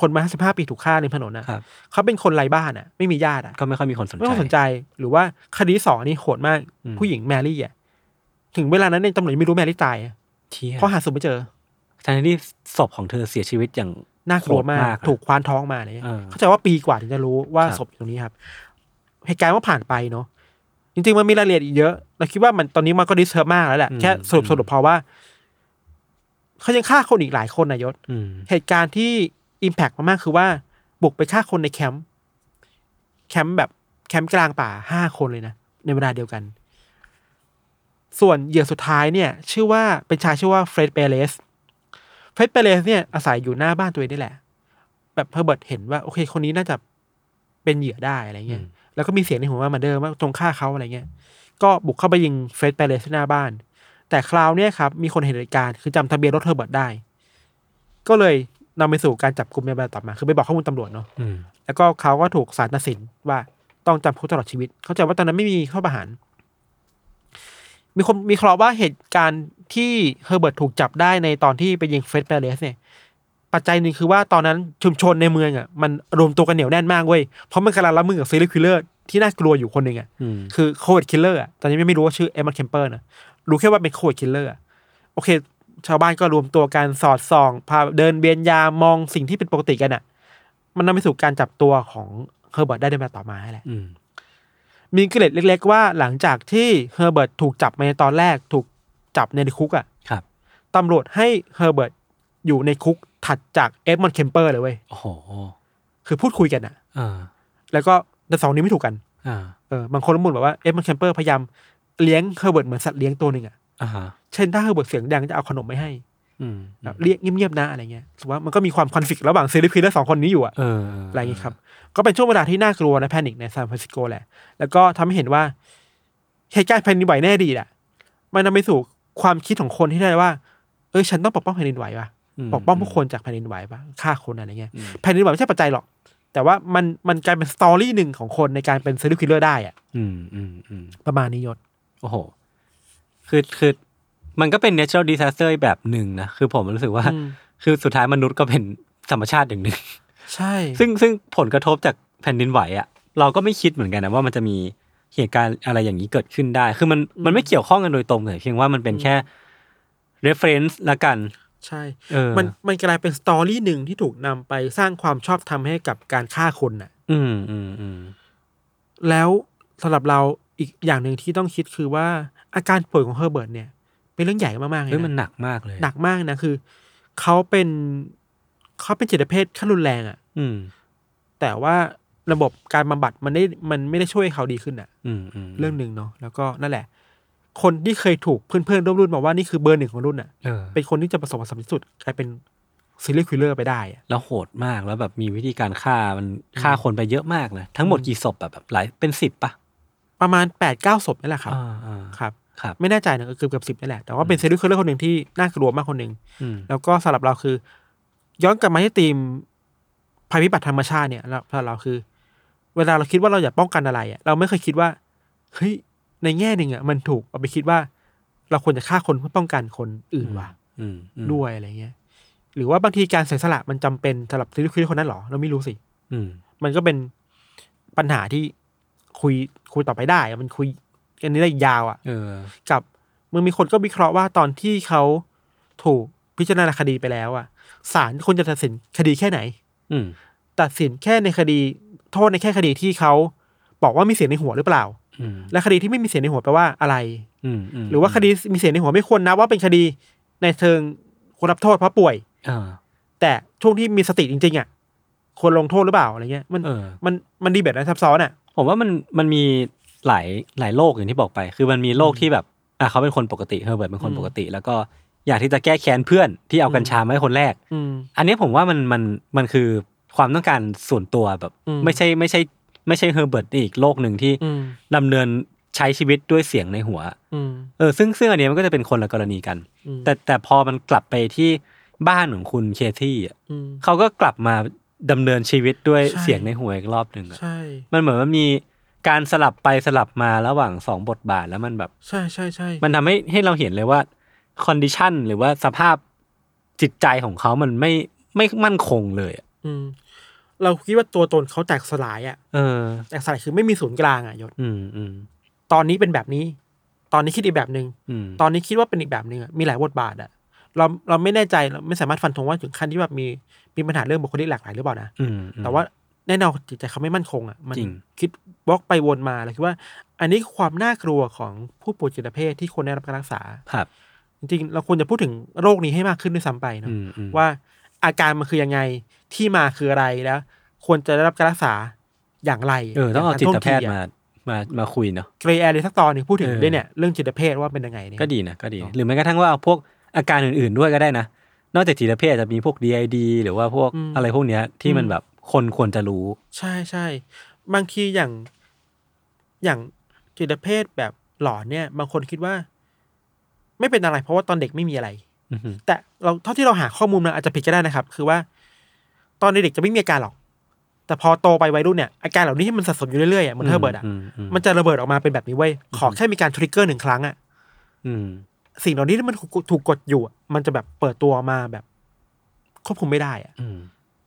[SPEAKER 2] คนมาห้าสิบห้าปีถูกฆ่าในถนนนะครับ เขาเป็นคนไร้บ้านอ่ะ ไม่มีญาติอ่ะ
[SPEAKER 1] ก็ไม่ค่อยมีคนสนใจ
[SPEAKER 2] ไม่ต้องสนใจหรือว่าคดีสองอันนี้โหดมาก
[SPEAKER 1] อืม
[SPEAKER 2] ผู้หญิงแมรี่อ่ะถึงเวลานั้นเนี่ยตำรวจยังไม่รู้แมรี่ตายอะ
[SPEAKER 1] เที่ย
[SPEAKER 2] เพราะหาศพไม่เจอ
[SPEAKER 1] ทั้งที่ศพของเธอเสียชีวิตอย่าง
[SPEAKER 2] น่ากลัวมาก
[SPEAKER 1] โหดมากอะ
[SPEAKER 2] ถูกคว้านท้องมาอะไรเนี่ย
[SPEAKER 1] เออ
[SPEAKER 2] เข้าใจว่าปีกว่าถึงจะรู้ว่า
[SPEAKER 1] ครับ
[SPEAKER 2] ศพอยู่ตรงนี้ครับ เหตุการณ์ว่าผ่านไปเนาะจริงๆมันมีรายละเอียดอีกเยอะเราคิดว่ามันตอนนี้มันก็ดิสเทอร์มากแล้วแหละแค่สรุปสรุปพอว่าเขายังฆ่าคนอีกหลายคนนายศ
[SPEAKER 1] อืม
[SPEAKER 2] เหตุการณ์ที่อิมแพกมากๆคือว่า บุกไปฆ่าคนในแคมป์แคมป์แบบแคมป์กลางป่าห้าคนเลยนะ ในเวลาเดียวกัน ส่วนเหยื่อสุดท้ายเนี่ย ชื่อว่าเป็นชายชื่อว่าเฟร็ดเปเรสเฟร็ดเปเรสเนี่ยอาศัยอยู่หน้าบ้านตัวเองนี่แหละ แบบเฮอร์เบิร์ตเห็นว่า โอเค คนนี้น่าจะเป็นเหยื่อได้อะไรเงี้ย
[SPEAKER 1] อืม
[SPEAKER 2] แล้วก็มีเสียงในหัวว่ามาเดิมว่าตรงฆ่าเขาอะไรเงี้ย ก็บุกเข้าไปยิงเฟร็ดเปเรสที่หน้าบ้าน แต่คราวเนี้ยครับ มีคนเห็นเหตุการณ์คือจำทะเบียนรถเฮอร์เบิร์ตได้ ก็เลยนำไปสู่การจับกลุ่มในเวลาต่อมา คือไปบอกข้อมูลตำรวจเนาะ
[SPEAKER 1] อืม
[SPEAKER 2] แล้วก็เขาก็ถูกศาลตัดสินว่าต้องจำคุกตลอดชีวิต เข้าใจว่าตอนนั้นไม่มีข้อประหาร มีคนมีเคราะห์ว่าเหตุการณ์ที่เฮอร์เบิร์ตถูกจับได้ในตอนที่ไปยิงเฟร็ดเปเรสเนี่ย ปัจจัยหนึ่งคือว่าตอนนั้นชุมชนในเมืองอ่ะมันรวมตัวกันเหนียวแน่นมากเว้ย เพราะมันกำลังรับมือกับซีรีส์คิลเลอร์ที่น่ากลัวอยู่คนหนึ่งอ่ะ
[SPEAKER 1] อืม
[SPEAKER 2] คือโควิดคิลเลอร์ตอนนี้ไม่รู้ว่าชื่อเอ็มมาร์เคมเปอร์นะรู้แค่ว่าเป็นโควิดคิลเลอร์โอเค ชาวบ้านก็รวมตัวกันสอดส่อง พาเดินเบียนยามองสิ่งที่เป็นปกติกันอ่ะ มันนำไปสู่การจับตัวของเฮอร์เบิร์ตได้ในเวลาต่อมาแหละ
[SPEAKER 1] อืม
[SPEAKER 2] มีเกล็ดเล็ก ๆ ว่าหลังจากที่เฮอร์เบิร์ตถูกจับมาในตอนแรกถูกจับในคุกอ่ะ
[SPEAKER 1] ครับ
[SPEAKER 2] ตำรวจให้เฮอร์เบิร์ตอยู่ในคุกถัดจากเอ็ดมอนด์เคมเปอร์เลยเว้ย
[SPEAKER 1] โอ้โห
[SPEAKER 2] คือพูดคุยกันอ่ะ
[SPEAKER 1] อ่า
[SPEAKER 2] แล้วก็แต่สองนี้ไม่ถูกกัน
[SPEAKER 1] อ่า
[SPEAKER 2] เออบางคนระบุแบบว่าเอ็ดมอนด์เคมเปอร์พยายามเลี้ยงเฮอร์เบิร์ตเหมือนสัตว์เลี้ยงตัวหนึ่งอ่ะ
[SPEAKER 1] อ่าฮะ
[SPEAKER 2] เช่นถ้าเฮอร์เบิร์ตเสียงดังจะเอาขนมไม่ให้
[SPEAKER 1] อืม
[SPEAKER 2] แบบเรียกเงียบๆนะอะไรเงี้ยถือว่ามันก็มีความคอนฟ lict ระหว่างซีรีส์พีและสองคนนี้อยู่อะ
[SPEAKER 1] เออ
[SPEAKER 2] อะไรเงี้ยครับ ก็เป็นช่วงเวลาที่น่ากลัวและแพนิคในซานฟรานซิสโกแหละ แล้วก็ทำให้เห็นว่าเหตุการณ์แผ่นดินไหวแน่ดีแหละมันนำไปสู่ความคิดของคนที่ได้ว่า เอ้ยฉันต้องปกป้องแผ่นดินไหวว่ะ
[SPEAKER 1] ม
[SPEAKER 2] ปกป้องผู้คนจากแผ่นดินไหวบ้างฆ่าคนอะไรเงี้ยแผ่นดินไหวไม่ใช่ปัจจัยหรอก แต่ว่ามันมันกลายเป็นสตอรี่หนึ่งของคนในการเป็นซีรีส์คิลเลอร์ได้อะ
[SPEAKER 1] อืมอืมอืม
[SPEAKER 2] ประมาณนี้ยศ
[SPEAKER 1] โอ้โห คือคือมันก็เป็น natural disaster แบบหนึ่งนะคือผมรู้สึกว่า
[SPEAKER 2] อืม
[SPEAKER 1] คือสุดท้ายมนุษย์ก็เป็นธรรมชาติอย่างหนึ่ง
[SPEAKER 2] ใช่
[SPEAKER 1] ซึ่งซึ่งผลกระทบจากแผ่นดินไหวอะ่ะเราก็ไม่คิดเหมือนกันนะว่ามันจะมีเหตุการณ์อะไรอย่างนี้เกิดขึ้นได้ คือมันมันไม่เกี่ยวข้องกันโดยตรงเลยเพียงว่ามันเป็นแค่ reference ละกัน
[SPEAKER 2] ใช่
[SPEAKER 1] เออ
[SPEAKER 2] มันมันกลายเป็นสตอรี่หนึ่งที่ถูกนำไปสร้างความชอบธรรมให้กับการฆ่าคนน่ะ
[SPEAKER 1] อืมอืมอืม
[SPEAKER 2] แล้วสำหรับเราอีกอย่างหนึ่งที่ต้องคิดคือว่าอาการป่วยของเฮอร์เบิร์ตเนี่ย เป็นเรื่องใหญ่มากๆเลย
[SPEAKER 1] เฮ้ย
[SPEAKER 2] นะ
[SPEAKER 1] มันหนักมากเลย
[SPEAKER 2] หนักมากนะคือเขาเป็นเขาเป็นจิตเภทขั้นรุนแรงอะ่ะ
[SPEAKER 1] อืม
[SPEAKER 2] แต่ว่าระบบการบำบัดมันได้มันไม่ได้ช่วยเขาดีขึ้นอะ่ะ
[SPEAKER 1] อืมอืม
[SPEAKER 2] เรื่องหนึ่งเนาะแล้วก็นั่นแหละ คนที่เคยถูกเพื่อนๆร่วมรุ่นบอกว่านี่คือเบอร์หนึ่งของรุ่นอะ่ะ
[SPEAKER 1] เออ
[SPEAKER 2] เป็นคนที่จะประสบความสำเร็จที่สุดกลายเป็นซีรีส์คิลเลอร์ไปได้อะ
[SPEAKER 1] แล้วโหดมากแล้วแบบมีวิธีการฆ่ามันฆ่าคนไปเยอะมากนะทั้งหมดกี่ศพแบบแบบหลายเป็นสิบปะ
[SPEAKER 2] ประมาณแปดเก้าศพนี่แหละครับ
[SPEAKER 1] อ่าอ่า
[SPEAKER 2] ครับ
[SPEAKER 1] ครับ
[SPEAKER 2] ไม่แน่ใจนะเกือบเกือบสิบนี่แหละแต่ว่าเป็นซีรีส์คิลเลอร์คนหนึ่งที่น่ากลัวมากคนหนึ่ง
[SPEAKER 1] อืม
[SPEAKER 2] แล้วก็สำหรับเราคือ ย้อนกลับมาที่ธีมภัยพิบัติธรรมชาติเนี่ยแล้วสำหรับเราคือ เวลาเราคิดว่าเราอยากป้องกันอะไรอะเราไม่เคยคิดว่าเฮ้ยในแง่หนึ่งอะมันถูกเอาไปคิดว่า เราควรจะฆ่าคนเพื่อป้องกันคนอื่นว่ะ
[SPEAKER 1] อืมอืม
[SPEAKER 2] ด้วยอะไรเงี้ย หรือว่าบางทีการเสียสละมันจำเป็นสำหรับซีรีส์คิดคนนั้นเหรอเราไม่รู้สิ
[SPEAKER 1] อืม
[SPEAKER 2] มันก็เป็นปัญหาที่คุยคุยต่อไปได้อะมันคุยกันนี้ได้ยาวอะ
[SPEAKER 1] เออ
[SPEAKER 2] กับมันมีคนก็วิเคราะห์ว่าตอนที่เขาถูกพิจารณาคดีไปแล้วอ่ะศาลควรจะตัดสินคดีแค่ไหน
[SPEAKER 1] อืม
[SPEAKER 2] ตัดสินแค่ในคดี โทษในแค่คดีที่เขาบอกว่ามีเสียงในหัวหรือเปล่า
[SPEAKER 1] อืม
[SPEAKER 2] และคดีที่ไม่มีเสียงในหัวแปลว่าอะไร
[SPEAKER 1] อืมม
[SPEAKER 2] หรือว่าคดีมีเสียงในหัวไม่ควรนะว่าเป็นคดีในเชิงคนรับโทษเพราะป่วย
[SPEAKER 1] อ่า
[SPEAKER 2] แต่ช่วงที่มีสติจริงๆอ่ะควรลงโทษหรือเปล่าอะไรเงี้ยมัน
[SPEAKER 1] เออ
[SPEAKER 2] มันมันดีแบบนั้นซับซ้อนอ่ะ
[SPEAKER 1] ผมว่ามันมันมีหลายหลายโลกอย่างที่บอกไป คือมันมีโลกที่แบบอ่ะเขาเป็นคนปกติเฮอร์เบิร์ตเป็นคนปกติ แล้วก็อยากที่จะแก้แค้นเพื่อนที่เอากัญชามาให้คนแรก
[SPEAKER 2] อืม
[SPEAKER 1] อันนี้ผมว่ามันมันมันคือความต้องการส่วนตัวแบบ
[SPEAKER 2] อืม
[SPEAKER 1] ไม่ใช่ไม่ใช่ไม่ใช่เฮอร์เบิร์ตอีกโลกหนึ่งที่
[SPEAKER 2] อืม
[SPEAKER 1] ดำเนินใช้ชีวิตด้วยเสียงในหัว
[SPEAKER 2] อืม
[SPEAKER 1] เออซึ่งซึ่งอันเนี้ยมันก็จะเป็นคนละกรณีกัน
[SPEAKER 2] อืม
[SPEAKER 1] แต่แต่พอมันกลับไปที่บ้านของคุณเคที่อ่ะ
[SPEAKER 2] อืม
[SPEAKER 1] เขาก็กลับมาดำเนินชีวิตด้วย
[SPEAKER 2] ใช่
[SPEAKER 1] เสียงในหัวอีกรอบหนึ่งอะ
[SPEAKER 2] ใช่
[SPEAKER 1] มันเหมือนมันมีการสลับไปสลับมาระหว่างสองบทบาทแล้วมันแบบ
[SPEAKER 2] ใช่ใช่ใช่
[SPEAKER 1] มันทำให้ให้เราเห็นเลยว่าคอนดิชันหรือว่าสภาพจิตใจของเขามันไม่ไม่มั่นคงเลยอะ
[SPEAKER 2] อืมเราคิดว่าตัวตนเขาแตกสลายอะ
[SPEAKER 1] เออ
[SPEAKER 2] แตกสลายคือไม่มีศูนย์กลางอะยศ
[SPEAKER 1] อืมอืม
[SPEAKER 2] ตอนนี้เป็นแบบนี้ ตอนนี้คิดอีกแบบหนึง่ง
[SPEAKER 1] อืม
[SPEAKER 2] ตอนนี้คิดว่าเป็นอีกแบบหนึง่งอะมีหลายบทบาทอะเราเราไม่แน่ใจเราไม่สามารถฟันธงว่าถึงขั้นที่แบบมีมีปัญหาเรื่องบุคลิกหลากหลายหรือเปล่านะ
[SPEAKER 1] อืม
[SPEAKER 2] แต่ว่าแน่นอนจิตใจเขาไม่มั่นคงอะมัน
[SPEAKER 1] จริง
[SPEAKER 2] คิดวอกไปวนมาเราคิดว่า อันนี้คือความน่ากลัวของผู้ป่วยจิตเภทที่ควรได้รับการรักษา
[SPEAKER 1] ครับ
[SPEAKER 2] จริงๆเราควรจะพูดถึงโรคนี้ให้มากขึ้นด้วยซ้ำไปเนาะ
[SPEAKER 1] อืมอืม
[SPEAKER 2] ว่าอาการมันคือยังไงที่มาคืออะไรแล้ว ควรจะได้รับการรักษาอย่างไร
[SPEAKER 1] เออต้องเอาจิตแพทย์
[SPEAKER 2] อย่ง
[SPEAKER 1] มา
[SPEAKER 2] นั้น
[SPEAKER 1] มามาคุยเนาะ
[SPEAKER 2] เกรย์แอร์เลยสักตอนหนึ่งพูดถึง
[SPEAKER 1] เออ
[SPEAKER 2] ด้วยเนี่ยเรื่องจิตแพทย์ว่าเป็นยังไงเนี่ย
[SPEAKER 1] ก็ดีนะก็ดี
[SPEAKER 2] เนอะ
[SPEAKER 1] หรือแม้กระทั่งว่าเอาพวกอาการอื่น ๆด้วยก็ได้นะ นอกจากจิตเภทอาจจะมีพวก DID หรือว่าพวก
[SPEAKER 2] อืม
[SPEAKER 1] อะไรพวกเนี้ยที่มัน
[SPEAKER 2] อืม
[SPEAKER 1] แบบคนควรจะรู้
[SPEAKER 2] ใช่ใช่บางทีอย่างอย่างจิตแพทย์แบบหลอนเนี่ย บางคนคิดว่า ไม่เป็นอะไร เพราะว่าตอนเด็กไม่มีอะไร
[SPEAKER 1] อือหือ
[SPEAKER 2] แต่เราเท่าที่เราหาข้อมูลมาอาจจะผิดก็ได้นะครับ คือว่า ตอนเด็กๆจะไม่มีอาการหรอก แต่พอโตไปวัยรุ่นเนี่ยอาการเหล่านี้ที่มันสะสมอยู่เรื่อยๆอะเหมือนเธอเบิร์ดอะ
[SPEAKER 1] มอืม
[SPEAKER 2] มันจะระเบิดออกมาเป็นแบบนี้เว้ย ขอแค่มีการทริกเกอร์หนึ่งครั้งอะ
[SPEAKER 1] อืม
[SPEAKER 2] สิ่งเหล่านี้ที่มันถูกถูกกดอยู่อะมันจะแบบเปิดตัวออกมาแบบ ควบคุมไม่ได้อะ
[SPEAKER 1] อืม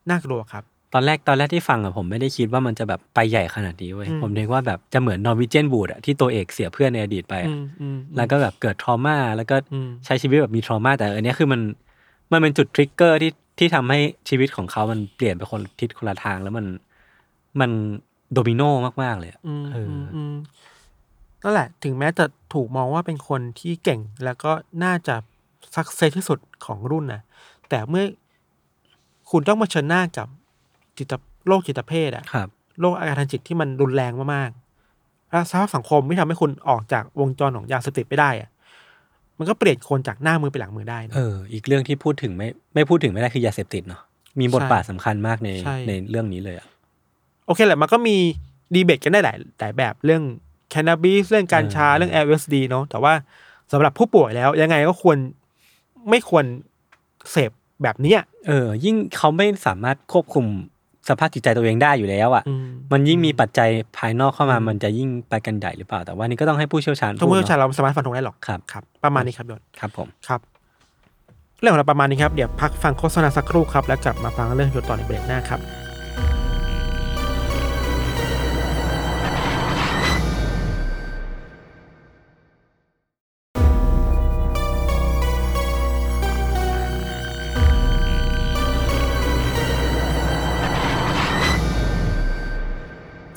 [SPEAKER 2] น่ากลัวครับ
[SPEAKER 1] ตอนแรกตอนแรกที่ฟังอะผมไม่ได้คิดว่ามันจะแบบไปใหญ่ขนาดนี้เว้ย
[SPEAKER 2] อืม
[SPEAKER 1] ผมนึกว่าแบบจะเหมือนนอร์วิเจนบูดอะที่ตัวเอกเสียเพื่อนในอดีตไปอะ
[SPEAKER 2] อืมอืม
[SPEAKER 1] แล้วก็แบบเกิดทรอมาแล้วก็
[SPEAKER 2] อืม
[SPEAKER 1] ใช้ชีวิตแบบมีทรอมาแต่อันเนี้ยคือมันมันเป็นจุดทริกเกอร์ที่ที่ทำให้ชีวิตของเขามันเปลี่ยนไปคนละทิศคนละทางแล้วมันมันโดมิโนมากๆเลยอะ
[SPEAKER 2] อืม
[SPEAKER 1] เอออื
[SPEAKER 2] มอืมนั่นแหละ ถึงแม้จะถูกมองว่าเป็นคนที่เก่งแล้วก็น่าจะสักเซสที่สุดของรุ่นนะแต่เมื่อคุณต้องมาเผชิญหน้ากับจิตโรคจิตเภทอะ
[SPEAKER 1] ครับ
[SPEAKER 2] โรคอาการทางจิตที่มันรุนแรงมากๆแล้วสภาพสังคมที่ทำให้คุณออกจากวงจรของยาเสพติดไม่ได้อะมันก็เปลี่ยนคนจากหน้ามือไปหลังมือได้นะ
[SPEAKER 1] เออ อีกเรื่องที่พูดถึงไม่ไม่พูดถึงไม่ได้คือยาเสพติดเนาะมีบทบาทสำคัญมากใน
[SPEAKER 2] ใช่
[SPEAKER 1] ในเรื่องนี้เลยอะ
[SPEAKER 2] โอเคแหละ มันก็มีดีเบตกันได้หลายหลายแบบเรื่องแค n น a บิสเรื่องการชา
[SPEAKER 1] เออ
[SPEAKER 2] เรื่อง LSD เนาะแต่ว่าสำหรับผู้ป่วยแล้ว ยังไงก็ควรไม่ควรเสพ แบบเนี้ย
[SPEAKER 1] เออ ยิ่งเขาไม่สามารถควบคุมสภาพจิตใจตัวเองได้อยู่แล้วอ่ะ
[SPEAKER 2] อืม
[SPEAKER 1] มันยิ่งมีปัจจัยภายนอกเข้ามามันจะยิ่งไปกันใหญ่หรือเปล่า แต่ว่านี่ก็ต้องให้ผู้เชี่ยวชาญ
[SPEAKER 2] ทุกผู้เชี่ยวชาญ
[SPEAKER 1] พูดเน
[SPEAKER 2] เราไม่สามารถฟันธงได้หรอก
[SPEAKER 1] อะครับ
[SPEAKER 2] ครับ ประมาณนี้ครับยศ
[SPEAKER 1] ครับผม
[SPEAKER 2] ครับ เรื่องของเราประมาณนี้ครับเดี๋ยวพักฟังโฆษณาสักครู่ครับแล้วกลับมาฟังเรื่องยศต่อในเบรกหน้าครับ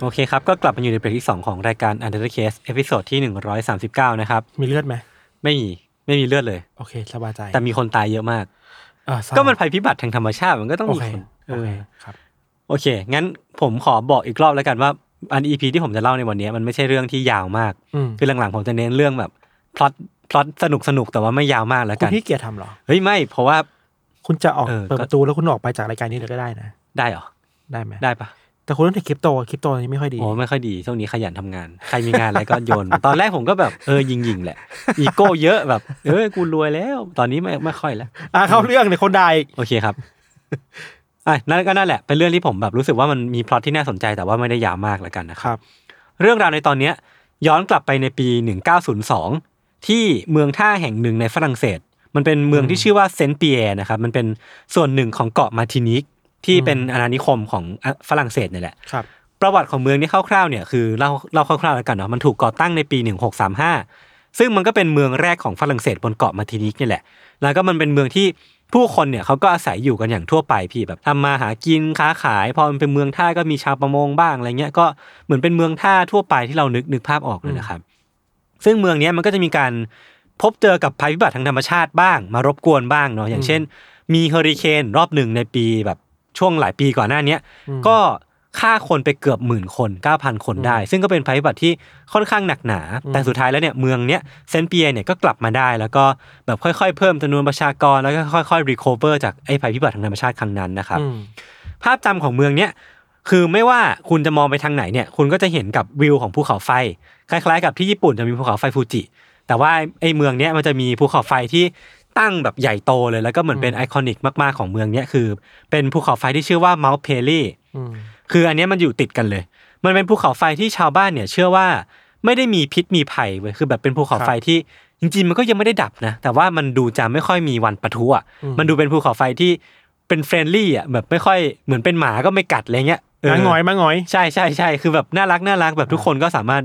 [SPEAKER 1] โอเคครับ ก็กลับมาอยู่ในเบรกที่ 2 ของรายการ u n d e r Case เอพิโซดที่ 139 นะครับ
[SPEAKER 2] มีเลือดไหม
[SPEAKER 1] ไม่มี ไม่มีเลือดเลย
[SPEAKER 2] โอเคสบายใจ
[SPEAKER 1] แต่มีคนตายเยอะมาก
[SPEAKER 2] เออเศร้า
[SPEAKER 1] ก็มันภัยพิบัติทางธรรมชาติมันก็ต้อง
[SPEAKER 2] โอ
[SPEAKER 1] มี
[SPEAKER 2] เค
[SPEAKER 1] คนเอ
[SPEAKER 2] โอเค
[SPEAKER 1] อ
[SPEAKER 2] ครับ
[SPEAKER 1] โอเค งั้นผมขอบอกอีกรอบแล้วกันว่าอันอีพีที่ผมจะเล่าในวันนี้ มันไม่ใช่เรื่องที่ยาวมาก
[SPEAKER 2] อืม
[SPEAKER 1] คือหลังๆ ผมจะเน้นเรื่องแบบพล็อตพล็อตสนุกสนุกๆแต่ว่าไม่ยาวมากแล้ว
[SPEAKER 2] คุ
[SPEAKER 1] กั
[SPEAKER 2] ณ
[SPEAKER 1] น
[SPEAKER 2] พี่เกียรติทำเหรอ
[SPEAKER 1] เฮ้ยไม่เพราะว่า
[SPEAKER 2] คุณจะออก
[SPEAKER 1] เออ
[SPEAKER 2] เปิด
[SPEAKER 1] ก็
[SPEAKER 2] ประตูแล้วคุณออกไปจากรายการนี้เลยก็ได้นะ
[SPEAKER 1] ได้เหรอ
[SPEAKER 2] ได้ไหม
[SPEAKER 1] ได้ปะ
[SPEAKER 2] แต่คุณต้องเทคคริปโตคริปโตนี่ไม่ค่อยดี
[SPEAKER 1] โอ้ไม่ค่อยดีช่วงนี้ขยันทำงาน ใครมีงานอะไรก็โยน ตอนแรกผมก็แบบเออยิงยิงๆแหละ อีโก้เยอะแบบเออกูรวยแล้ว ตอนนี้ไม่ไม่ค่อยแล้ว
[SPEAKER 2] อ่ะเข้าเรื่องในคนใด
[SPEAKER 1] โอเคครับอ่ะนั่นก็นั่นแหละ เป็นเรื่องที่ผมแบบรู้สึกว่ามันมีพล็อตที่น่าสนใจแต่ว่าไม่ได้ยาวมากแล้วกันนะค
[SPEAKER 2] ครับ รับ
[SPEAKER 1] เรื่องราวในตอนเนี้ยย้อนกลับไปในปี 1902 ที่เมืองท่าแห่งหนึ่งในฝรั่งเศส มันเป็นเมืองที่ชื่อว่าเซนต์ปีแอร์นะครับมันเป็นส่วนหนึ่งของเกาะมาร์ตินิกที่เป็นอาณานิคมของอ่ะฝรั่งเศสเนี่ยแหละ
[SPEAKER 2] ครับ
[SPEAKER 1] ประวัติของเมืองนี้คร่าวๆเนี่ยคือเล่าเล่าคร่าวๆแล้วกันเนาะมันถูกก่อตั้งในปี 1635 ซึ่งมันก็เป็นเมืองแรกของฝรั่งเศสบนเกาะมาร์ตินิกนี่แหละ แล้วก็มันเป็นเมืองที่ผู้คนเนี่ยเขาก็อาศัยอยู่กันอย่างทั่วไปพี่แบบทำมาหากินค้าขาย พอมันเป็นเมืองท่าก็มีชาวประมงบ้างอะไรเงี้ยก็เหมือนเป็นเมืองท่าทั่วไปที่เรานึกนึกภาพออกเลยนะครับ ซึ่งเมืองเนี้ยมันก็จะมีการพบเจอกับภัยพิบัติทางธรรมชาติบ้าง มารบกวนบ้างเนาะอย่างเช่น มีเฮอริเคนรอบหนึ่งในปีแบบช่วงหลายปีก่อนหน้าเนี้ย ก็ฆ่าคนไปเกือบหมื่นคน 9,000 คนได้ ซึ่งก็เป็นภัยพิบัติที่ค่อนข้างหนักหนา แต่สุดท้ายแล้วเนี่ยเมืองเนี้ยเซนต์เปียร์เนี่ยก็กลับมาได้ แล้วก็แบบค่อยๆ เพิ่มจำนวนประชากรแล้วก็ค่อยๆรีคอเวอร์จากไอ้ภัยพิบัติทางธรรมชาติครั้งนั้นนะครับ
[SPEAKER 2] อืม
[SPEAKER 1] ภาพจำของเมืองเนี้ยคือไม่ว่าคุณจะมองไปทางไหนเนี่ยคุณก็จะเห็นกับวิวของภูเขาไฟ คล้ายๆ กับที่ญี่ปุ่นจะมีภูเขาไฟฟูจิ แต่ว่าไอ้เมืองเนี้ยมันจะมีภูเขาไฟที่ตั้งแบบใหญ่โตเลยแล้วก็เหมือนเป็นไอคอนิกมากๆของเมืองเนี้ยคือเป็นภูเขาไฟที่ชื่อว่าเมาส์เพลี่
[SPEAKER 2] อืม
[SPEAKER 1] คืออันเนี้ยมันอยู่ติดกันเลย มันเป็นภูเขาไฟที่ชาวบ้านเนี่ย เชื่อว่าไม่ได้มีพิษมีภัยเว้ย คือแบบเป็นภูเขาไฟที่จริงๆ มันก็ยังไม่ได้ดับนะ แต่ว่ามันดูจะไม่ค่อยมีวันปะทุอ่ะ มันดูเป็นภูเขาไฟที่เป็นเฟรนลี่อ่ะแบบไม่ค่อยเหมือนเป็นหมาก็ไม่กัดอะไรเงี้ยเออ
[SPEAKER 2] มาหงอยมาหงอย
[SPEAKER 1] ใช่ใช่ใช่คือแบบน่ารักน่ารักแบบทุกคนก็สามารถ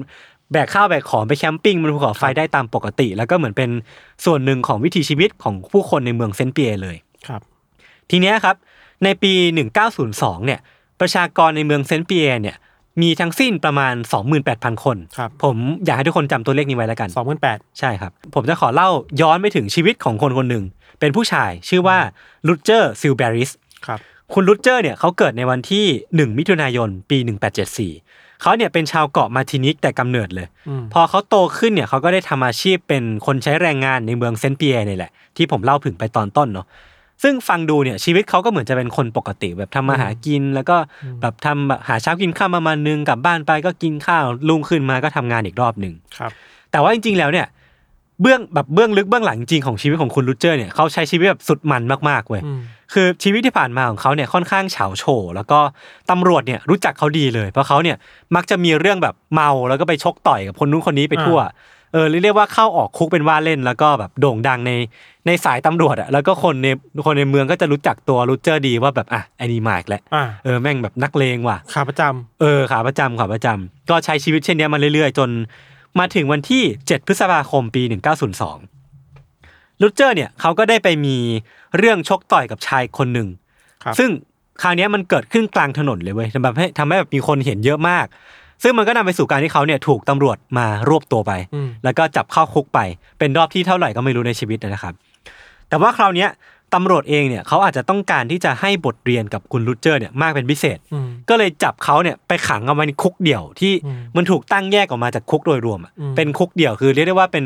[SPEAKER 1] แบกข้าวแบกของไปแคมปิ้งบนภูเขาไฟได้ตามปกติ แล้วก็เหมือนเป็นส่วนหนึ่งของวิถีชีวิตของผู้คนในเมืองเซนต์เปียร์เลย
[SPEAKER 2] ครับ
[SPEAKER 1] ทีเนี้ยครับ ในปี 1902 เนี่ย ประชากรในเมืองเซนต์เปียร์เนี่ย มีทั้งสิ้นประมาณ 28,000 คน
[SPEAKER 2] ครับ
[SPEAKER 1] ผมอยากให้ทุกคนจำตัวเลขนี้ไว้แล้วกัน
[SPEAKER 2] สองพันแปด
[SPEAKER 1] ใช่ครับ ผมจะขอเล่าย้อนไปถึงชีวิตของคนคนหนึ่ง เป็นผู้ชายชื่อว่าลูเจอร์ซิลเบริส
[SPEAKER 2] ครับ
[SPEAKER 1] คุณลุดเจอร์เนี่ยเขาเกิดในวันที่ 1 มิถุนายน ปี 1874 เขาเนี่ยเป็นชาวเกาะมาร์ตินิกแต่กำเนิดเลย
[SPEAKER 2] อืม
[SPEAKER 1] พอเขาโตขึ้นเนี่ยเขาก็ได้ทำอาชีพเป็นคนใช้แรงงานในเมืองเซนต์เปียร์นี่แหละ ที่ผมเล่าถึงไปตอนต้นเนาะซึ่งฟังดูเนี่ยชีวิตเขาก็เหมือนจะเป็นคนปกติแบบทำมาหากิน แล้วก็แบบทำแบบหาเช้ากินข้าวประมาณนึงกลับบ้านไปก็กินข้าวลุงขึ้นมาก็ทำงานอีกรอบหนึ่ง
[SPEAKER 2] ครับ
[SPEAKER 1] แต่ว่าจริงๆ แล้วเนี่ยเบื้องแบบเบื้องลึกเบื้องหลังจริงของชีวิตของคุณลูเจอร์เนี่ยเขาใช้ชีวิตแบบสุดมันมากๆเว้ย
[SPEAKER 2] อืม
[SPEAKER 1] คือชีวิตที่ผ่านมาของเขาเนี่ยค่อนข้างเฉาโฉแล้วก็ตำรวจเนี่ยรู้จักเขาดีเลย เพราะเขาเนี่ยมักจะมีเรื่องแบบเมาแล้วก็ไปชกต่อยกับคนนู้นคนนี้ไปทั่ว เออเรียกว่าเข้าออกคุกเป็นว่าเล่นแล้วก็แบบโด่งดังในในสายตำรวจอะแล้วก็คนในคนในเมืองก็จะรู้จักตัวลูเจอร์ดีว่าแบบอ่ะไอ้นี่มาอีกแล้ว
[SPEAKER 2] อ่า
[SPEAKER 1] เออแม่งแบบนักเลงว่ะ
[SPEAKER 2] ขาประจำ
[SPEAKER 1] เออขาประจำขาประจำก็ใช้ชีวิตเช่นเนี้ยมาเรื่อยๆ จนมาถึงวันที่ 7 พฤษภาคมปี 1902ลูเจอร์เนี่ยเขาก็ได้ไปมีเรื่องชกต่อยกับชายคนหนึ่ง
[SPEAKER 2] ครับ
[SPEAKER 1] ซึ่งคราวเนี้ยมันเกิดขึ้นกลางถนนเลยเว้ยทำแบบให้ทำให้แบบมีคนเห็นเยอะมาก ซึ่งมันก็นำไปสู่การที่เขาเนี่ยถูกตำรวจมารวบตัวไป
[SPEAKER 2] อืม
[SPEAKER 1] แล้วก็จับเข้าคุกไป เป็นรอบที่เท่าไหร่ก็ไม่รู้ในชีวิตนะครับ แต่ว่าคราวเนี้ยตำรวจเองเนี่ยเขาอาจจะต้องการที่จะให้บทเรียนกับคุณลูเจอร์เนี่ยมากเป็นพิเศษ
[SPEAKER 2] อืม
[SPEAKER 1] ก็เลยจับเขาเนี่ยไปขังเอาไว้ในคุกเดี่ยวที่มันถูกตั้งแยกออกมาจากคุกโดยรวมอะเป็นคุกเดี่ยวคือเรียกได้ว่าเป็น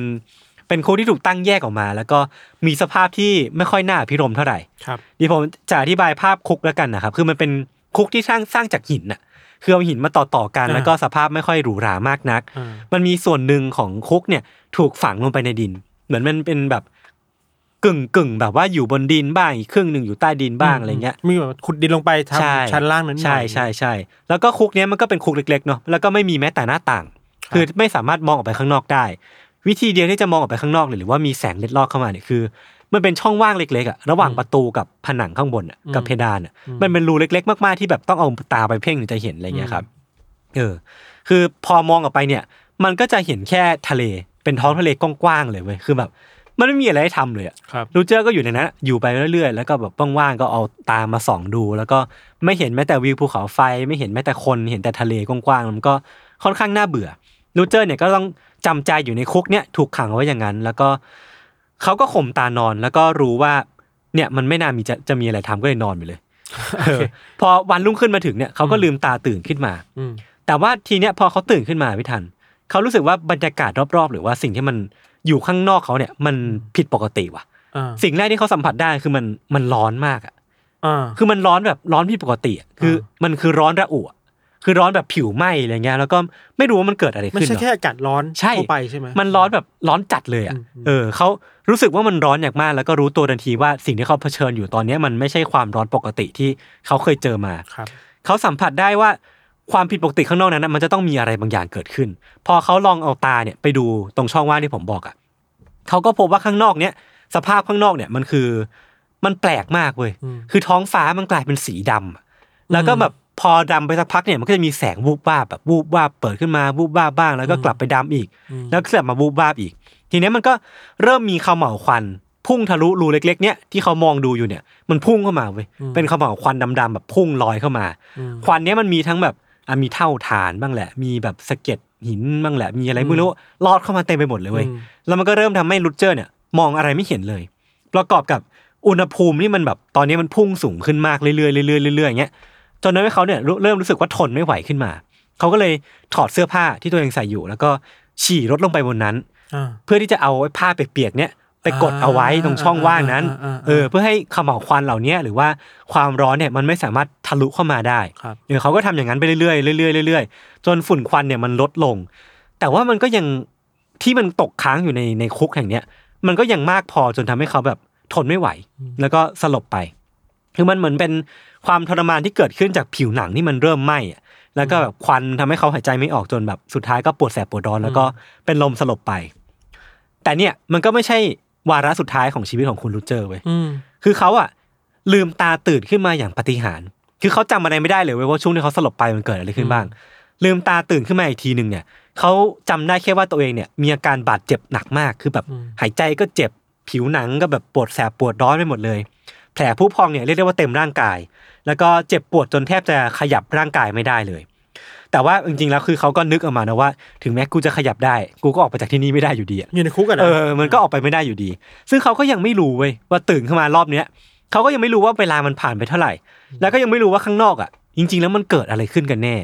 [SPEAKER 1] เป็นคุกที่ถูกตั้งแยกออกมา แล้วก็มีสภาพที่ไม่ค่อยน่าพิรมย์เท่าไหร่
[SPEAKER 2] ครับ
[SPEAKER 1] นี่ผมจะอธิบายภาพคุกแล้วกันนะครับ คือมันเป็นคุกที่สร้างสร้างจากหินน่ะ คือเอาหินมาต่อต่อๆกัน
[SPEAKER 2] อ่า
[SPEAKER 1] แล้วก็สภาพไม่ค่อยหรูหรามากนัก
[SPEAKER 2] อ่ามั
[SPEAKER 1] มันมีส่วนหนึ่งของคุกเนี่ยถูกฝังลงไปในดิน เหมือนมันเป็นแบบ กึ่งกึ่งแบบว่าอยู่บนดินบ้างอีกครึ่งหนึ่งอยู่ใต้ดินบ้างอะไรเงี้ย
[SPEAKER 2] มีแบบขุดดินลงไปท
[SPEAKER 1] ใช่
[SPEAKER 2] ำชั้นล่างนั้นหน่
[SPEAKER 1] ใช่
[SPEAKER 2] อย
[SPEAKER 1] ใช่ใช่แล้วก็คุกเนี้ยมันก็เป็นคุกเล็กๆเนาะแล้วก็ไม่มีแม้แต่หน้าต่าง
[SPEAKER 2] ครับ
[SPEAKER 1] คือไม่สามารถมองออกไปข้างนอกได้ วิธีเดียวที่จะมองออกไปข้างนอกเลยหรือว่ามีแสงเล็ดลอดเข้ามาเนี่ยคือ มันเป็นช่องว่างเล็กๆอะระหว่างประตูกับผนังข้างบนอะกับเพดานอะมันเป็นรูเล็ก ๆ มากๆที่แบบต้องเอาตาไปเพ่งถึงจะเห็นอะไรเงี้ยครับเออคือพอมองออกไปเนี่ย มันก็จะเห็นแค่ทะเลเป็นท้องทะเลกว้างๆเลยเว้ยคือแบบ มันไม่มีอะไรให้ทำเลยอะ
[SPEAKER 2] ครับ
[SPEAKER 1] รูเจอร์ก็อยู่ในนั้นอะอยู่ไปเรื่อยๆ แล้วก็แบบว่างๆ ก็เอาตามมาส่องดู แล้วก็ไม่เห็นแม้แต่วิวภูเขาไฟ ไม่เห็นแม้แต่คน เห็นแต่ทะเลกว้างๆ มันก็ค่อนข้างน่าเบื่อ รูเจอร์เนี่ยก็ต้องจำใจอยู่ในคุกเนี่ยถูกขังเอาไว้อย่างนั้น แล้วก็เขาก็ข่มตานอน แล้วก็รู้ว่าเนี่ยมันไม่น่ามีจะจะมีอะไรทำก็เลยนอนไปเลยเออพอวันรุ่งขึ้นมาถึงเนี่ยเขาก็ลืมตาตื่นขึ้นมา
[SPEAKER 2] อืม
[SPEAKER 1] แต่ว่าทีเนี้ยพอเขาตื่นขึ้นมาพี่ทันเขารู้สึกว่าบรรยากาศรอบๆ หรือว่าสิ่งที่มันอยู่ข้างนอกเขาเนี่ยมันผิดปกติว่ะ
[SPEAKER 2] อ่า
[SPEAKER 1] สิ่งแรกที่เขาสัมผัสได้คือมันมันร้อนมากอ่ะ
[SPEAKER 2] อ่า
[SPEAKER 1] คือมันร้อนแบบร้อนผิดปกติอะคืออมันคือร้อนระอุอะคือร้อนแบบผิวไหม้อะไรเงี้ย แล้วก็ไม่รู้ว่ามันเกิดอะไร
[SPEAKER 2] ไม่
[SPEAKER 1] ขึ้นหร
[SPEAKER 2] ใช่
[SPEAKER 1] อก
[SPEAKER 2] แค่อากาศร้อน
[SPEAKER 1] ใช่
[SPEAKER 2] ทั่วไปใช่ไหม
[SPEAKER 1] มันร้อนแบบร้อนจัดเลยอ่ะ
[SPEAKER 2] อืมอืม
[SPEAKER 1] เออเขารู้สึกว่ามันร้อนอย่างมาก แล้วก็รู้ตัวทันทีว่าสิ่งที่เขาเผชิญอยู่ตอนเนี้ยมันไม่ใช่ความร้อนปกติที่เขาเคยเจอมา
[SPEAKER 2] ครับ
[SPEAKER 1] เขาสัมผัสได้ว่าความผิดปกติข้างนอกนั้นนะมันจะต้องมีอะไรบางอย่างเกิดขึ้น พอเขาลองเอาตาเนี่ยไปดูตรงช่องว่างที่ผมบอกอะ่ะเขาก็พบว่าข้างนอกเนี่ย สภาพข้างนอกเนี่ยมันคือมันแปลกมากเว้ย
[SPEAKER 2] อืม
[SPEAKER 1] คือท้องฟ้ามันกลายเป็นสีดำอะแล้วก็แบบพอดำไปสักพักเนี่ยมันก็จะมีแสงวูบวาบแบบวูบวาบเปิดขึ้นมาวูบวาบบ้าง แล้วก็กลับไปดำอีก แล้วก็กลับมาวูบวาบอีก ทีเนี้ยมันก็เริ่มมีขมเหลาวควัน พุ่งทะลุรูเล็ก ๆ เนี่ยที่เขามองดูอยู่เนี่ย มันพุ่งเข้ามาเว้ยเป็นขมเหลาวควันดำๆแบบพุ่งลอยเข้ามา ควันเนี้ยมันมีทั้งแบบอ่ะมีเท่าฐานบ้างแหละ มีแบบสะเก็ดหินบ้างแหละ มีอะไรไม่รู้ลอดเข้ามาเต็มไปหมดเลยเว้ย
[SPEAKER 2] อืม
[SPEAKER 1] แล้วมันก็เริ่มทำให้ลูเจอร์เนี่ยมองอะไรไม่เห็นเลย ประกอบกับอุณหภูมินี่มันแบบตอนนี้มันพุ่งสูงขึ้นมากเรื่อยๆเรื่อยๆเรื่อยๆอย่างเงี้ยจนทำให้เขาเนี่ยรู้เริ่มรู้สึกว่าทนไม่ไหวขึ้นมา เขาก็เลยถอดเสื้อผ้าที่ตัวเองใส่อยู่ แล้วก็ฉี่รถลงไปบนนั้น
[SPEAKER 2] อ่า
[SPEAKER 1] เพื่อที่จะเอาไอ้ผ้าเปียกๆเนี่ยไปกดเอาไว้ตรงช่องว่างนั้น
[SPEAKER 2] อ่าๆๆๆ
[SPEAKER 1] เออ เพื่อให้ขมเหลาวควันเหล่าเนี้ยหรือว่าความร้อนเนี่ยมันไม่สามารถทะลุเข้ามาได้
[SPEAKER 2] ครับ
[SPEAKER 1] เออเขาก็ทำอย่างนั้นไปเรื่อยๆเรื่อยๆเรื่อยๆจนฝุ่นควันเนี่ยมันลดลง แต่ว่ามันก็ยังที่มันตกค้างอยู่ในในคุกแห่งเนี้ยมันก็ยังมากพอจนทำให้เขาแบบทนไม่ไหว แล้วก็สลบไป คือมันเหมือนเป็นความทรมานที่เกิดขึ้นจากผิวหนังที่มันเริ่มไหม้อะแล้วก็แบบควันทำให้เขาหายใจไม่ออกจนแบบสุดท้ายก็ปวดแสบปวดร้อนแล้วก็เป็นลมสลบไป แต่เนี่ยมันก็ไม่ใช่วาระสุดท้ายของชีวิตของคุณลูเจอร์เว้ย
[SPEAKER 2] อืม
[SPEAKER 1] คือเขาอะลืมตาตื่นขึ้นมาอย่างปาฏิหาริย์ คือเขาจำอะไรไม่ได้เลยเว้ยว่าช่วงที่เขาสลบไปมันเกิดอะไรขึ้นบ้าง ลืมตาตื่นขึ้นมาอีกทีหนึ่งเนี่ยเขาจำได้แค่ว่าตัวเองเนี่ยมีอาการบาดเจ็บหนักมาก คือแบบหายใจก็เจ็บผิวหนังก็แบบปวดแสบปวดร้อนไปหมดเลย แผลผู้พองเนี่ยเรียกได้ว่าเต็มร่างกาย แล้วก็เจ็บปวดจนแทบจะขยับร่างกายไม่ได้เลย แต่ว่าจริงๆแล้วคือเขาก็นึกออกมานะว่า ถึงแม้กูจะขยับได้ กูก็ออกไปจากที่นี่ไม่ได้อยู่ดีอะ
[SPEAKER 2] อยู่ในคุกกัน
[SPEAKER 1] เออ มันก็ออกไปไม่ได้อยู่ดี ซึ่งเขาก็ยังไม่รู้เว้ยว่าตื่นขึ้นมารอบเนี้ยเขาก็ยังไม่รู้ว่าเวลามันผ่านไปเท่าไหร่ แล้วก็ยังไม่รู้ว่าข้างนอกอ่ะ จริง ๆ แล้วมันเกิดอะไรขึ้นกันแน่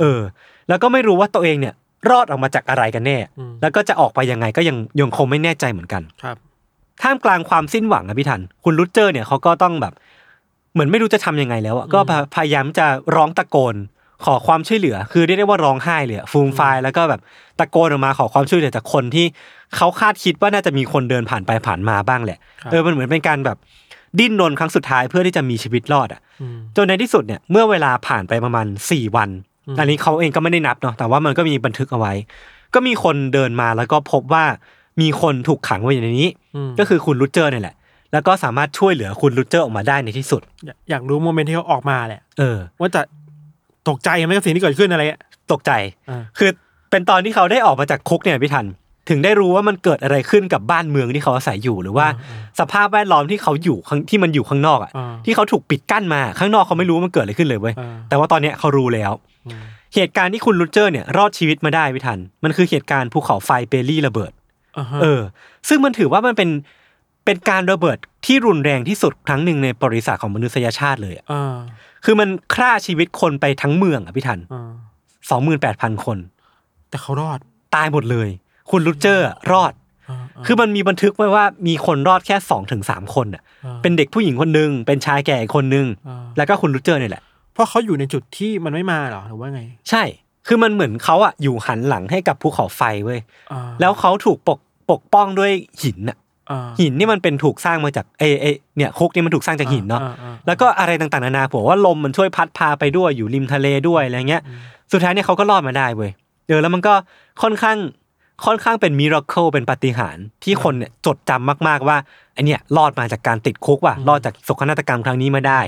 [SPEAKER 1] เออ แล้วก็ไม่รู้ว่าตัวเองเนี่ย รอดออกมาจากอะไรกันแน่ แล้วก็จะออกไปยังไงก็ยังยังคงไม่แน่ใจเหมือนกัน
[SPEAKER 2] ครับ
[SPEAKER 1] ท่ามกลางความสิ้นหวังอะพี่ทัน คุณรุดเจอร์เนี่ยเขาก็ต้องแบบ เหมือนไม่รู้จะทำยังไงแล้วอะก็พยพยายามจะร้องตะโกน ขอความช่วยเหลือ คือเรียกได้ว่าร้องไห้เลยอะฟูมฟายแล้วก็แบบตะโกนออกมาขอความช่วยเหลือจากคนที่เขาคาดคิดว่าน่าจะมีคนเดินผ่านไปผ่านมาบ้างแหละ
[SPEAKER 2] ครับ
[SPEAKER 1] เออมันเหมือนเป็นการแบบดิ้นรนครั้งสุดท้ายเพื่อที่จะมีชีวิตรอดอะ
[SPEAKER 2] อืม
[SPEAKER 1] จนในที่สุดเนี่ยเมื่อเวลาผ่านไปประมาณ 4 วัน อันนี้เขาเองก็ไม่ได้นับเนาะแต่ว่ามันก็มีบันทึกเอาไว้ ก็มีคนเดินมาแล้วก็พบว่ามีคนถูกขังไว้อยู่ในนี้
[SPEAKER 2] อืม
[SPEAKER 1] ก็คือคุณลูเจอร์เนี่ยแหละ แล้วก็สามารถช่วยเหลือคุณลูเจอร์ออกมาได้ในที่สุด
[SPEAKER 2] อยากอยากรู้โมเมนต์ที่เขาออกมาแหละ
[SPEAKER 1] เออ
[SPEAKER 2] ว่าจะตกใจไหมกับสิ่งที่เกิดขึ้นอะไรอ่ะ
[SPEAKER 1] ตกใจ
[SPEAKER 2] อ่า
[SPEAKER 1] คือเป็นตอนที่เขาได้ออกมาจากคุกเนี่ยพี่ทัน ถึงได้รู้ว่ามันเกิดอะไรขึ้นกับบ้านเมืองที่เขาอาศัยอยู่หรือว่า สภาพแวดล้อมที่เขาอยู่ข้างที่มันอยู่ข้างนอกอ่ะ
[SPEAKER 2] อ่า
[SPEAKER 1] ที่เขาถูกปิดกั้นมา ข้างนอกเขาไม่รู้ว่ามันเกิดอะไรขึ้นเลยเว้ย
[SPEAKER 2] อ่า
[SPEAKER 1] แต่ว่าตอนเนี้ยเขารู้แล้ว
[SPEAKER 2] อืม
[SPEAKER 1] เหตุการณ์ที่คุณลูเจอร์เนี่ยรอดชีวิตมาได้พี่ทัน มันคือเหตุการณ์ภูเขาไฟเปรี่ระเบิด
[SPEAKER 2] อ่าฮะ
[SPEAKER 1] เออ ซึ่งมันถือว่ามันเป็นเป็นการระเบิดที่รุนแรงที่สุดครั้งหนึ่งในประวัติศาสตร์ของมนุษยชาติเลยอะ
[SPEAKER 2] อ่า
[SPEAKER 1] คือมันฆ่าชีวิตคนไปทั้งเมืองอ่ะพี่ทัน
[SPEAKER 2] อ่า
[SPEAKER 1] สองหมื่นแปดพันคน
[SPEAKER 2] แต่เขารอด
[SPEAKER 1] ตายหมดเลย คุณลูเจอร์อะรอด
[SPEAKER 2] อ่าา
[SPEAKER 1] คือมันมีบันทึกไว้ว่ามีคนรอดแค่สองถึงสามคนอ่ะ
[SPEAKER 2] อ่า
[SPEAKER 1] เป็นเด็กผู้หญิงคนหนึ่งเป็นชายแก่อีกคนหนึ่งแล้วก็คุณลูเจอร์เนี่ยแหละ
[SPEAKER 2] เพราะเขาอยู่ในจุดที่มันไม่มาเหรอหรือว่าไง
[SPEAKER 1] ใช่ คือมันเหมือนเขาอ่ะอยู่หันหลังให้กับภูเขาไฟเว้ย
[SPEAKER 2] อ่า
[SPEAKER 1] แล้วเขาถูกปกปกป้องด้วยหินน่ะ
[SPEAKER 2] อ่า
[SPEAKER 1] หินนี่มันเป็นถูกสร้างมาจากเอเอเนี่ยคุกนี่มันถูกสร้างจากหินเนาะ
[SPEAKER 2] อ่อ่อ่า
[SPEAKER 1] แล้วก็อะไรต่างๆนานาผมว่าลมมันช่วยพัดพาไปด้วยอยู่ริมทะเลด้วยอะไรเงี้ย สุดท้ายเนี่ยเขาก็รอดมาได้เว้ยเออแล้วมันก็ค่อนข้างค่อนข้างเป็นมิราเคิลเป็นปาฏิหาริย์ที่คนเนี่ยจดจำมากๆว่าไอเนี่ยรอดมาจากการติดคุกว่ะ
[SPEAKER 2] อืม
[SPEAKER 1] รอดจากโศกนาฏกรรมครั้งนี้มาได้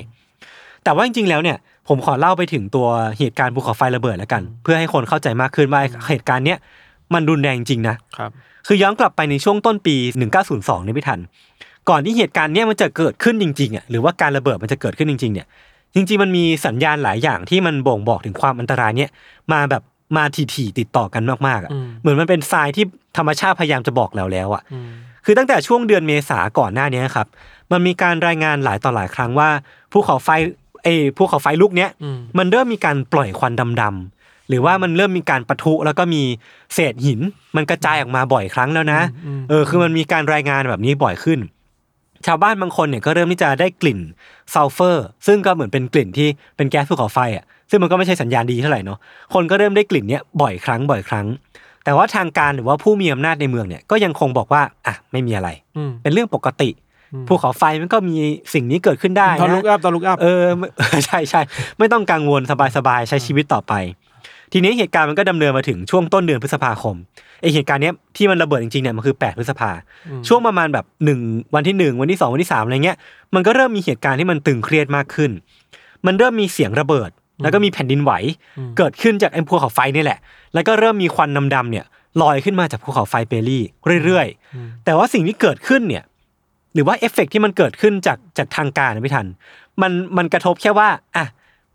[SPEAKER 1] แต่ว่าจริงๆแล้วเนี่ยผมขอเล่าไปถึงตัวเหตุการณ์ภูเขาไฟระเบิดแล้วกัน เพื่อให้คนเข้าใจมากขึ้นว่าไอ้เหตุการณ์เนี้ยมันรุนแรงจริงนะ
[SPEAKER 2] ครับ
[SPEAKER 1] คือย้อนกลับไปในช่วงต้นปี 1902เนี่ยพี่ทัน ก่อนที่เหตุการณ์เนี่ยมันจะเกิดขึ้นจริงๆอ่ะหรือว่าการระเบิดมันจะเกิดขึ้นจริงๆเนี่ย จริงๆมันมีสัญญาณหลายอย่างที่มันบ่งบอกถึงความอันตรายเนี่ยมาแบบมาถี่ๆติดต่อกันมากๆอ่ะ
[SPEAKER 2] อืม
[SPEAKER 1] เหมือนมันเป็นทรายที่ธรรมชาติพยายามจะบอกเราแล้วอ่ะ
[SPEAKER 2] อืม
[SPEAKER 1] คือตั้งแต่ช่วงเดือนเมษาก่อนหน้านี้ครับ มันมีการรายงานหลายต่อหลายครั้งว่าภูเขาไฟเอยภูเขาไฟลูกเนี้ย
[SPEAKER 2] อืม
[SPEAKER 1] มันเริ่มมีการปล่อยควันดำๆ หรือว่ามันเริ่มมีการปะทุแล้วก็มีเศษหิน มันกระจายออกมาบ่อยครั้งแล้วนะ
[SPEAKER 2] อืม
[SPEAKER 1] เออ คือมันมีการรายงานแบบนี้บ่อยขึ้น ชาวบ้านบางคนเนี่ยก็เริ่มที่จะได้กลิ่นซัลเฟอร์ ซึ่งก็เหมือนเป็นกลิ่นที่เป็นแก๊สภูเขาไฟอ่ะ ซึ่งมันก็ไม่ใช่สัญญาณดีเท่าไหร่เนาะ คนก็เริ่มได้กลิ่นเนี้ยบ่อยครั้งบ่อยครั้ง แต่ว่าทางการหรือว่าผู้มีอำนาจในเมืองเนี่ยก็ยังคงบอกว่า อ่ะ ไม่มีอะไร
[SPEAKER 2] อืม
[SPEAKER 1] เป็นเรื่องปกติ ภูเขาไฟมันก็มีสิ่งนี้เกิดขึ้นได้นะ
[SPEAKER 2] ตอนลุกอัพตอนลุกอัพ
[SPEAKER 1] เออไม่ ใช่ใช่ไม่ต้องกังวลสบายๆ ใช้ชีวิตต่อไป ทีนี้เหตุการณ์มันก็ดำเนินมาถึงช่วงต้นเดือนพฤษภาคมไอเหตุการณ์เนี้ยที่มันระเบิดจริงๆเนี่ยมันคือ 8 พฤษภา
[SPEAKER 2] ม
[SPEAKER 1] ช่วงประมาณแบบหนึ่งวันที่หนึ่งวันที่สองวันที่สามอะไรเงี้ยมันก็เริ่มมีเหตุการณ์ที่มันตึงเครียดมากขึ้น มันเริ่มมีเสียงระเบิด แล้วก็มีแผ่นดินไหว
[SPEAKER 2] อืม
[SPEAKER 1] เกิดขึ้นจากไอ้ภูเขาไฟนี่แหละ แล้วก็เริ่มมีควันดำๆเนี่ยลอยขึ้นมาจากภูเขาไฟเปรี่เรื่อย
[SPEAKER 2] อืม
[SPEAKER 1] ๆ แต่ว่าสิ่งที่เกิดขึ้นเนี่ย หรือว่าเอฟเฟกต์ที่มันเกิดขึ้นจากจากทางการนะพี่ทัน มันมันกระทบแค่ว่าอ่ะ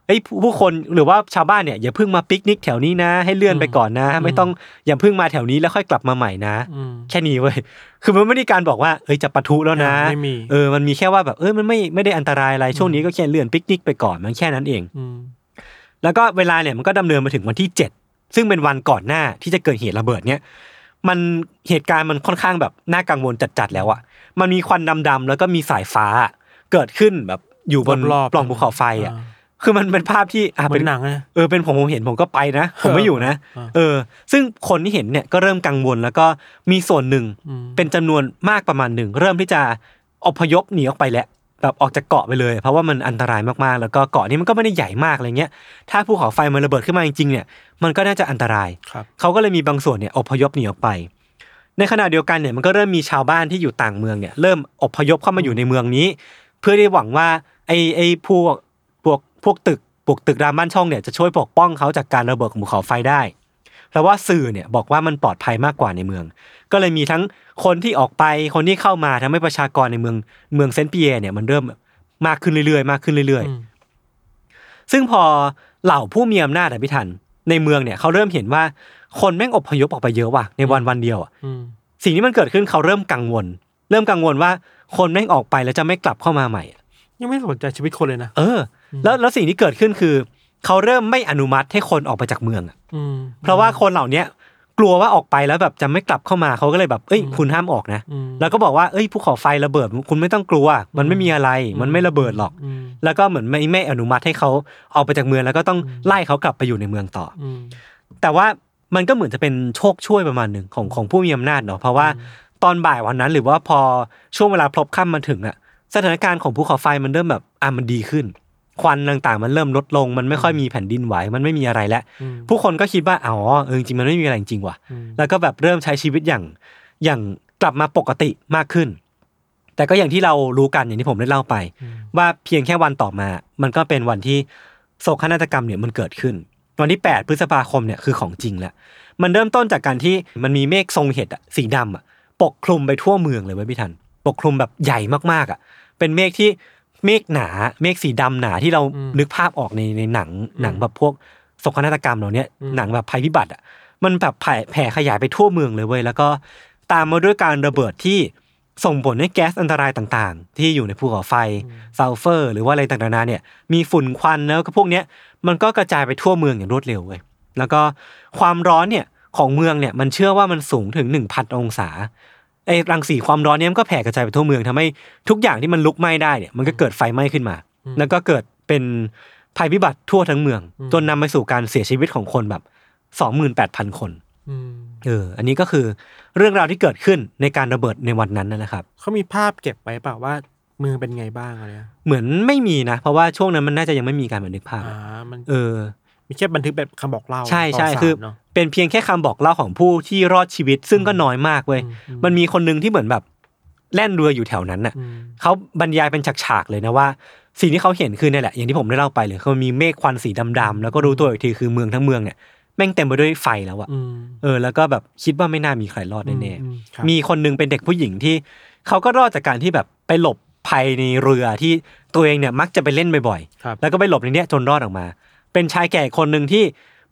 [SPEAKER 1] ไอ้ยผู้ผู้คนหรือว่าชาวบ้านเนี่ยอย่าเพิ่งมาปิกนิกแถวนี้นะ ให้เลื่อนไปก่อนนะ ไม่ต้องอย่าเพิ่งมาแถวนี้แล้วค่อยกลับมาใหม่นะ
[SPEAKER 2] อืม
[SPEAKER 1] แค่นี้เว้ย คือมันไม่ได้การบอกว่า เอ้ยจะปะทุแล้วนะ
[SPEAKER 2] ไม่มี
[SPEAKER 1] เออ มันมีแค่ว่าแบบ เอ้ยมันไม่ไม่ได้อันตรายอะไร ช่วงนี้ก็แค่เลื่อนปิกนิกไปก่อน มันแค่นั้นเอง
[SPEAKER 2] ม
[SPEAKER 1] แล้วก็เวลาเนี่ยมันก็ดำเนินมาถึงวันที่ 7 ซึ่งเป็นวันก่อนหน้าที่จะเกิดเหตุระเบิดเนี่ย มันเหตุการณ์มันค่อนข้างแบบน่ากังวลจัดๆแล้วอะมันมีควันดำๆแล้วก็มีสายฟ้าเกิดขึ้นแบบอยู่บน
[SPEAKER 2] รอบๆ
[SPEAKER 1] ปล่องภูเขาไฟอะ
[SPEAKER 2] า
[SPEAKER 1] คือมันเป็นภาพที่อ่ะ
[SPEAKER 2] เหมื
[SPEAKER 1] เป็
[SPEAKER 2] อน นหนังเลย
[SPEAKER 1] เออเป็นผมผมเห็นผมก็ไปนะผมไม่อยู่นะ
[SPEAKER 2] เออ
[SPEAKER 1] เออ ซึ่งคนที่เห็นเนี่ยก็เริ่มกังวลแล้วก็มีส่วนหนึ่ง
[SPEAKER 2] อืม
[SPEAKER 1] เป็นจำนวนมากประมาณหนึ่ง เริ่มที่จะอพยพหนีออกไปแล้วแบบออกจากเกาะไปเลย เพราะว่ามันอันตรายมากๆ แล้วก็เกาะนี้มันก็ไม่ได้ใหญ่มากอะไรเงี้ยถ้าภูเขาไฟมันระเบิดขึ้นมาจริงๆเนี่ยมันก็น่าจะอันตราย
[SPEAKER 2] ครับ
[SPEAKER 1] เขาก็เลยมีบางส่วนเนี่ยอพยพหนีออกไป ในขณะเดียวกันเนี่ยมันก็เริ่มมีชาวบ้านที่อยู่ต่างเมืองเนี่ยเริ่มอพยพเข้ามาอยู่ในเมืองนี้ เพื่อที่หวังว่าไอ้ไอ้พวกพวกพวกตึกพวกตึกรามบ้านช่องเนี่ยจะช่วยปกป้องเขาจากการระเบิดของภูเขาไฟได้ เพราะว่าสื่อเนี่ยบอกว่ามันปลอดภัยมากกว่าในเมือง ก็เลยมีทั้งคนที่ออกไปคนที่เข้ามาทำให้ประชากรในเมืองเมืองเซนต์ปีเยร์เนี่ยมันเริ่มมากขึ้นเรื่อยๆ มากขึ้นเรื่อยๆ
[SPEAKER 2] อืม
[SPEAKER 1] ซึ่งพอเหล่าผู้มีอำนาจอะพิทันในเมืองเนี่ยเขาเริ่มเห็นว่าคนแม่งอพยพออกไปเยอะว่ะในวันวันเดียวอะ
[SPEAKER 2] อืม
[SPEAKER 1] สิ่งที่มันเกิดขึ้นเขาเริ่มกังวล เริ่มกังวลว่าคนแม่งออกไปแล้วจะไม่กลับเข้ามาใหม่อะ
[SPEAKER 2] ยังไม่สนใจชีวิตคนเลยนะ
[SPEAKER 1] เออ แล้วแล้วสิ่งที่เกิดขึ้นคือ เขาเริ่มไม่อนุมัติให้คนออกไปจากเมืองอะ
[SPEAKER 2] อืม
[SPEAKER 1] เพราะว่าคนเหล่าเนี้ยกลัวว่าออกไปแล้วแบบจะไม่กลับเข้ามาเขาก็เลยแบบเอ้ย
[SPEAKER 2] อืม
[SPEAKER 1] คุณห้ามออกนะ
[SPEAKER 2] อืม
[SPEAKER 1] แล้วก็บอกว่าเอ้ยภูเขาไฟระเบิด คุณไม่ต้องกลัว มันไม่มีอะไร มันไม่ระเบิดหรอก
[SPEAKER 2] อืม
[SPEAKER 1] แล้วก็เหมือนไม่ไม่อนุมัติให้เขาออกไปจากเมืองแล้วก็ต้องไล่เขากลับไปอยู่ในเมืองต่อ
[SPEAKER 2] อืม
[SPEAKER 1] แต่ว่ามันก็เหมือนจะเป็นโชคช่วยประมาณหนึ่งของของผู้มีอำนาจเนาะเพราะว่าตอนบ่ายวันนั้นหรือว่าพอช่วงเวลาพลบค่ำมันถึงอะสถานการณ์ของภูเขาไฟมันเริ่มแบบอ่ะมันดีขึ้น ควันต่างๆ มันเริ่มลดลง มันไม่ค่อยมีแผ่นดินไหวมันไม่มีอะไรแล้ว
[SPEAKER 2] อืม
[SPEAKER 1] ผู้คนก็คิดว่าอ๋อเออจริงๆมันไม่มีอะไรจริงๆว่ะ
[SPEAKER 2] อืม
[SPEAKER 1] แล้วก็แบบเริ่มใช้ชีวิตอย่างอย่างกลับมาปกติมากขึ้น แต่ก็อย่างที่เรารู้กันอย่างที่ผมได้เล่าไป ว่าเพียงแค่วันต่อมา มันก็เป็นวันที่โศกนาฏกรรมเนี่ยมันเกิดขึ้น วันที่ 8 พฤษภาคมเนี่ยคือของจริงแล้ว มันเริ่มต้นจากการที่มันมีเมฆทรงเห็ดอะสีดำอะปกคลุมไปทั่วเมืองเลยเว้ยพี่ทัน ปกคลุมแบบใหญ่มากๆอะเป็นเมฆที่เมฆหนา เมฆสีดำหนาที่เรานึกภาพออกในในหนังหนังแบบพวกโศกนาฏกรรมเราเนี่ยหนังแบบภัยพิบัติอะ มันแบบแผ่แผ่ขยายไปทั่วเมืองเลยเว้ยแล้วก็ตามมาด้วยการระเบิดที่ส่งผลให้แก๊สอันตรายต่างๆ ที่อยู่ในภูเขาไฟซัลเฟอร์ หรือว่าอะไรต่างๆนานาเนี่ยมีฝุ่นควันแล้วก็พวกเนี้ยมันก็กระจายไปทั่วเมืองอย่างรวดเร็วเว้ยแล้วก็ความร้อนเนี่ยของเมืองเนี่ยมันเชื่อว่ามันสูงถึง 1,000 องศาไอ้รังสีความร้อนเนี่ยมันก็แผ่กระจายไปทั่วเมืองทำให้ทุกอย่างที่มันลุกไหม้ได้เนี่ยมันก็เกิดไฟไหม้ขึ้นมา แล้วก็เกิดเป็นภัยพิบัติทั่วทั้งเมือง จนนำไปสู่การเสียชีวิตของคนแบบ 28,000 คน
[SPEAKER 2] อืม
[SPEAKER 1] เออ อันนี้ก็คือเรื่องราวที่เกิดขึ้นในการระเบิดในวันนั้นนั่นแหละครับ
[SPEAKER 2] เขามีภาพเก็บไว้เปล่าว่ามือเป็นไงบ้างอะไรเงี้ย
[SPEAKER 1] เหมือนไม่มีนะ เพราะว่าช่วงนั้นมันน่าจะยังไม่มีการบันทึกภาพ
[SPEAKER 2] อ่า
[SPEAKER 1] อะ
[SPEAKER 2] มัน
[SPEAKER 1] เออ
[SPEAKER 2] มีแค่บันทึกแบบคำบอกเล่า
[SPEAKER 1] ใช่ใช่
[SPEAKER 2] ตนสาม
[SPEAKER 1] คือ
[SPEAKER 2] เนาะ
[SPEAKER 1] เป็นเพียงแค่คำบอกเล่าของผู้ที่รอดชีวิต ซึ่งก็น้อยมากเว้ย
[SPEAKER 2] อืมอืม
[SPEAKER 1] มันมีคนหนึ่งที่เหมือนแบบแล่นเรืออยู่แถวนั้นน่ะ
[SPEAKER 2] อืม
[SPEAKER 1] เขาบรรยายเป็นฉากๆเลยนะว่า สิ่งที่เขาเห็นคือเนี่ยแหละ อย่างที่ผมได้เล่าไปเลยคือมันมีเมฆควันสีดำๆแล้วก็รู้ตัวอีกทีคือเมืองทั้งเมืองเนี่ยแม่งเต็มไปด้วยไฟแล้วอะ
[SPEAKER 2] อืม
[SPEAKER 1] เออแล้วก็แบบคิดว่าไม่น่ามีใครรอดแน่
[SPEAKER 2] อืมครับ
[SPEAKER 1] ๆมีคนหนึงเป็นเด็กผู้หญิงที่เขาก็รอดจากการที่แบบไปหลบภัยในเรือที่ตัวเองเนี่ยมักจะไปเล่นบ่อยๆ
[SPEAKER 2] ครับ
[SPEAKER 1] แล้วก็ไปหลบในเนี้ยจนรอดออกมา เป็นชายแก่คนหนึ่งที่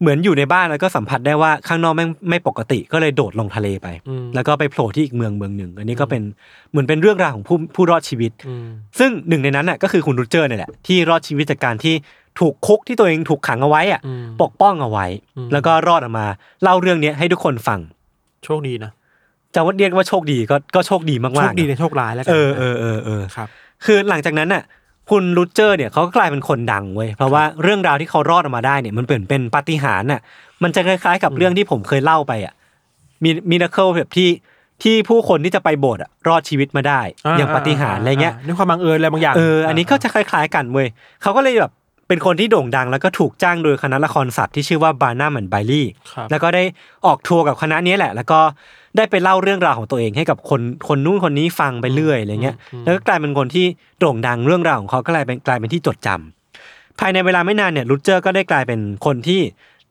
[SPEAKER 1] เหมือนอยู่ในบ้านแล้วก็สัมผัสได้ว่าข้างนอกแม่งไม่ปกติก็เลยโดดลงทะเลไป
[SPEAKER 2] อืม
[SPEAKER 1] แล้วก็ไปโผล่ที่อีกเมืองเมืองหนึ่ง อันนี้ก็เป็นเหมือนเป็นเรื่องราวของผู้ผู้รอดชีวิต
[SPEAKER 2] อืม
[SPEAKER 1] ซึ่งหนึ่งในนั้นน่ะก็คือคุณรูเจอร์เนี่ยแหละที่รอดชีวิตจากการที่ถูกคุกที่ตัวเองถูกขังเอาไว้อะ
[SPEAKER 2] อืม
[SPEAKER 1] ปกป้องเอาไว้
[SPEAKER 2] อืม
[SPEAKER 1] แล้วก็รอดออกมาเล่าเรื่องเนี้ยให้ทุกคนฟัง
[SPEAKER 2] โชคดีนะ
[SPEAKER 1] จะว่าเรียกว่าโชคดีก็ก็โชคดีมากๆ
[SPEAKER 2] โชคดีใน
[SPEAKER 1] นะ
[SPEAKER 2] โชคร้ายแล้วกั
[SPEAKER 1] เออเออเออเออ
[SPEAKER 2] ครับ
[SPEAKER 1] คือหลังจากนั้นน่ะคุณรูเจอร์เนี่ยเขาก็กลายเป็นคนดังเว้ยเพราะว่าเรื่องราวที่เขารอดออกมาได้เนี่ยมันเปลี่ยนเป็นปาฏิหาริย์น่ะมันจะคล้ายๆกับเรื่องที่ผมเคยเล่าไปอ่ะมีมิราเคิลแบบที่ที่ผู้คนที่จะไปโบสถ์อะรอดชีวิตมาได้ อย่างปาฏิหาริย์อะไรเงี้ย
[SPEAKER 2] ด้วยความบังเอิญอะไรบางอย่าง
[SPEAKER 1] เอออันนี้ก็จะคล้าย ๆ กันเว้ยเขาก็เลยแบบเป็นคนที่โด่งดังแล้วก็ถูกจ้างโดยคณะละครสัตว์ที่ชื่อว่าบาร์นามันไบลี่
[SPEAKER 2] ครับ
[SPEAKER 1] แล้วก็ได้ออกทัวร์กับคณะนี้แหละ แล้วก็ได้ไปเล่าเรื่องราวของตัวเองให้กับคนคนนู้นคนนี้ฟังไปเรื่อยอะไรเงี้ย แล้วก็กลายเป็นคนที่โด่งดังเรื่องราวของเขาก็กลายเป็นกลายเป็นที่จดจำภายในเวลาไม่นานเนี่ยลูเจอร์ก็ได้กลายเป็นคนที่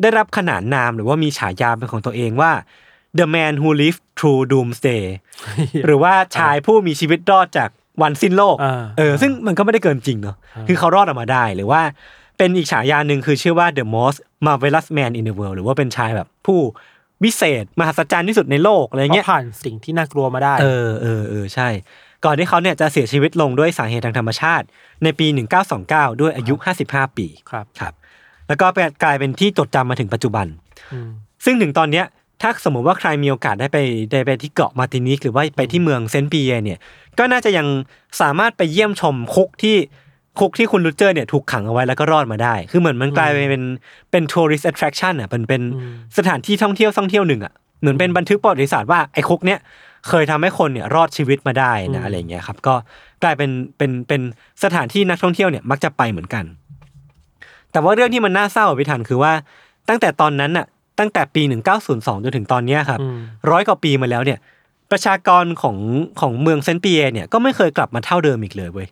[SPEAKER 1] ได้รับขนานนามหรือว่ามีฉายาเป็นของตัวเองว่า the man who lived through doomsday หรือว่าชายผู้มีชีวิตรอดจากวันสิ้นโลก
[SPEAKER 2] อ่า
[SPEAKER 1] เออซึ่งมันก็ไม่ได้เกินจริงเนาะคือเขารอดออกมาได้หรือว่าเป็นอีกฉายาหนึ่งคือชื่อว่า the most marvelous man in the world หรือว่าเป็นชายแบบผู้วิเศษ มหัศจรรย์ที่สุดในโลกอะไร
[SPEAKER 2] เขา
[SPEAKER 1] เงี้ย
[SPEAKER 2] ผ่านสิ่งที่น่ากลัวมาได้
[SPEAKER 1] เออเออเออใช่ ก่อนที่เขาเนี่ยจะเสียชีวิตลงด้วยสาเหตุทางธรรมชาติ ในปี 1929 ด้วยอายุ 55 ปี
[SPEAKER 2] ครับ
[SPEAKER 1] ครับแล้วก็เป็นกลายเป็นที่จดจำมาถึงปัจจุบัน
[SPEAKER 2] อืม
[SPEAKER 1] ซึ่งถึงตอนเนี้ยถ้าสมมติว่าใครมีโอกาสได้ไปได้ไปที่เกาะมาร์ตินิกหรือว่าไปที่เมืองเซนต์ปีเยร์เนี่ยก็น่าจะยังสามารถไปเยี่ยมชมคุกที่คุกที่คุณลูเจอร์เนี่ยถูกขังเอาไว้แล้วก็รอดมาได้ คือเหมือนมันกลายเป็นเป็นทัวริสต์แอทแทรคชั่นอ่ะเป็นเป็นสถานที่ท่องเที่ยวท่องเที่ยวหนึ่งอ่ะเหมือนเป็นบันทึกประวัติศาสตร์ว่าไอ้คุกเนี้ยเคยทำให้คนเนี่ยรอดชีวิตมาได้นะอะไรอย่างเงี้ยครับก็กลายเป็นเป็นเป็นสถานที่นักท่องเที่ยวเนี่ยมักจะไปเหมือนกัน แต่ว่าเรื่องที่มันน่าเศร้าอะพิธันคือว่าตั้งแต่ตอนนั้นน่ะตั้งแต่ปี 1902 จนถึงตอนเนี้ยครับ
[SPEAKER 2] อืม
[SPEAKER 1] ร้อยกว่าปีมาแล้วเนี่ย ประชากรของของเมืองเซนต์ปีเยร์เนี่ยก็ไม่เคยกลับมาเท่าเดิมอีกเลยเว้ย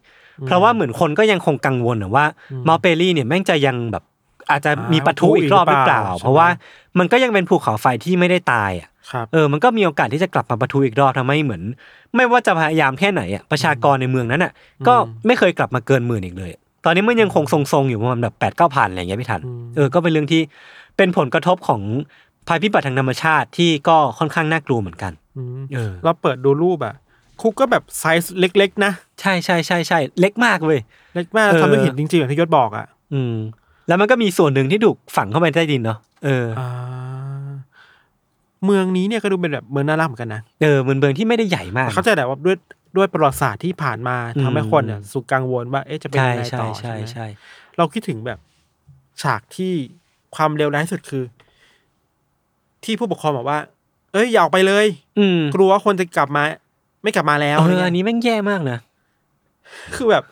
[SPEAKER 1] เพราะว่าเหมือนคนก็ยังคงกังวลอะว่ามาเปลี่เนี่ยแม่งจะยังแบบอาจจะมีปะทุอีกรอบหรือเปล่า เพราะว่ามันก็ยังเป็นภูเขาไฟที่ไม่ได้ตายอ่ะ
[SPEAKER 2] ครับ
[SPEAKER 1] เออ มันก็มีโอกาสที่จะกลับมาประทุอีกรอบทำให้เหมือน ไม่ว่าจะพยายามแค่ไหนอ่ะ ประชากรในเมืองนั้นอ่ะ ก็ไม่เคยกลับมาเกินหมื่นอีกเลย ตอนนี้มันยังคงทรงๆอยู่ประมาณแบบแปดเก้าพันอะไรอย่างเงี้ยพี่ทัน เออ ก็เป็นเรื่องที่เป็นผลกระทบของภัยพิบัติทางธรรมชาติที่ก็ค่อนข้างน่ากลัวเหมือนกัน
[SPEAKER 2] อืม
[SPEAKER 1] เออ
[SPEAKER 2] เราเปิดดูรูปอ่ะ คุกก็แบบไซส์เล็กๆนะ
[SPEAKER 1] ใช่ใช่ใช่ใช่เล็กมากเว้ย
[SPEAKER 2] เล็กมาก
[SPEAKER 1] เออ
[SPEAKER 2] ทำด้วยหินจริงๆอย่างที่ยศบอกอ่ะ
[SPEAKER 1] อืม แล้วมันก็มีส่วนหนึ่งที่ถูกฝังเข้าไปใต้ดินเนาะ เออ
[SPEAKER 2] อ่าเมืองนี้เนี่ยก็ดูเป็นแบบเมืองน่ารักเหมือนกันนะ
[SPEAKER 1] เออเหมือนเมืองที่ไม่ได้ใหญ่มาก
[SPEAKER 2] แต่เข้าใจแหละว่าด้วยด้วยประวัติศาสตร์ที่ผ่านมา
[SPEAKER 1] อืม
[SPEAKER 2] ทำให้คนเนี่ยสุขกังวลว่าเอ๊ะจะเป็น
[SPEAKER 1] ใช่
[SPEAKER 2] ยังไง
[SPEAKER 1] ใช่
[SPEAKER 2] ต่อ
[SPEAKER 1] ใช่
[SPEAKER 2] ใช่ไหม
[SPEAKER 1] ใช่
[SPEAKER 2] เราคิดถึงแบบ ฉากที่ความเลวร้ายที่สุดคือ ที่ผู้ปกครองบอกว่า เอ้ยอย่าออกไปเลย
[SPEAKER 1] อืม
[SPEAKER 2] กลัวว่าคนจะกลับมา ไม่กลับมาแล้ว
[SPEAKER 1] เอ
[SPEAKER 2] อะ
[SPEAKER 1] อ
[SPEAKER 2] ไรเงี้ย
[SPEAKER 1] อันนี้แม่งแย่มากนะ
[SPEAKER 2] คือแบบ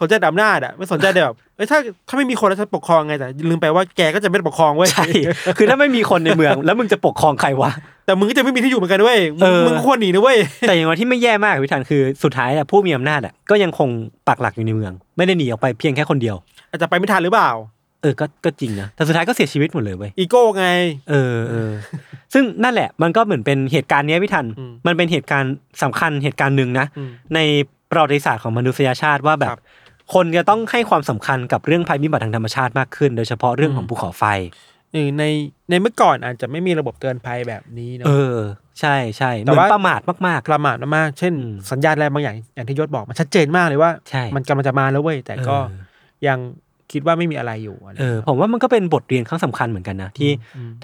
[SPEAKER 2] สนใจแต่อำนาจอะไม่สนใจแต่ แบบเอ้ยถ้าถ้าไม่มีคนแล้วจะปกครองไงแต่ลืมไปว่าแกก็จะไม่ได้ปกครองเว้ย
[SPEAKER 1] ใช่ คือถ้าไม่มีคนในเมือง แล้วมึงจะปกครองใครวะ
[SPEAKER 2] แต่มึงก็จะไม่มีที่อยู่เหมือนกันเว้ยมึง
[SPEAKER 1] เออ
[SPEAKER 2] มึงควรหนีนะเว้ย
[SPEAKER 1] แต่อย่างว่าที่ไม่แย่มากอะพี่ธันคือสุดท้ายอะผู้มีอำนาจอะก็ยังคงปักหลักอยู่ในเมือง ไม่ได้หนีออกไปเพียงแค่คนเดียว
[SPEAKER 2] อาจจะไปไม่ทันหรือเปล่า
[SPEAKER 1] เออ ก็ก็จริงนะ แต่สุดท้ายก็เสียชีวิตหมดเลยเว้ย
[SPEAKER 2] อีโก้ไง
[SPEAKER 1] เออเออ ซึ่งนั่นแหละ มันก็เหมือนเป็นเหตุการณ์เนี้ยพี่ทัน
[SPEAKER 2] อืม
[SPEAKER 1] มันเป็นเหตุการณ์สำคัญเหตุการณ์หนึ่งนะ
[SPEAKER 2] อืม
[SPEAKER 1] ในประวัติศาสตร์ของมนุษยชาติว่าแบ
[SPEAKER 2] ครับ บ
[SPEAKER 1] คนจะต้องให้ความสำคัญกับเรื่องภัยพิบัติทางธรรมชาติมากขึ้น โดยเฉพาะเรื่องของภูเขาไฟ
[SPEAKER 2] เออในในเมื่อก่อนอาจจะไม่มีระบบเตือนภัยแบบนี้เนอะ
[SPEAKER 1] เออ ใช่ใช่เห
[SPEAKER 2] แต่
[SPEAKER 1] มือน
[SPEAKER 2] ว่า
[SPEAKER 1] ประมาทมาก
[SPEAKER 2] ประมาทมากๆเช่น
[SPEAKER 1] อืม
[SPEAKER 2] สัญญาณอะไรบางอย่างอย่างที่ยศบอกมันชัดเจนมากเลยว่า
[SPEAKER 1] ใช่
[SPEAKER 2] มันกำลังจะมาแล้วเว้ยแต่
[SPEAKER 1] ๆ
[SPEAKER 2] ก็
[SPEAKER 1] เออ
[SPEAKER 2] ยังคิดว่าไม่มีอะไรอยู่อะไร
[SPEAKER 1] เออผมว่ามันก็เป็นบทเรียนครั้งสำคัญเหมือนกันนะที่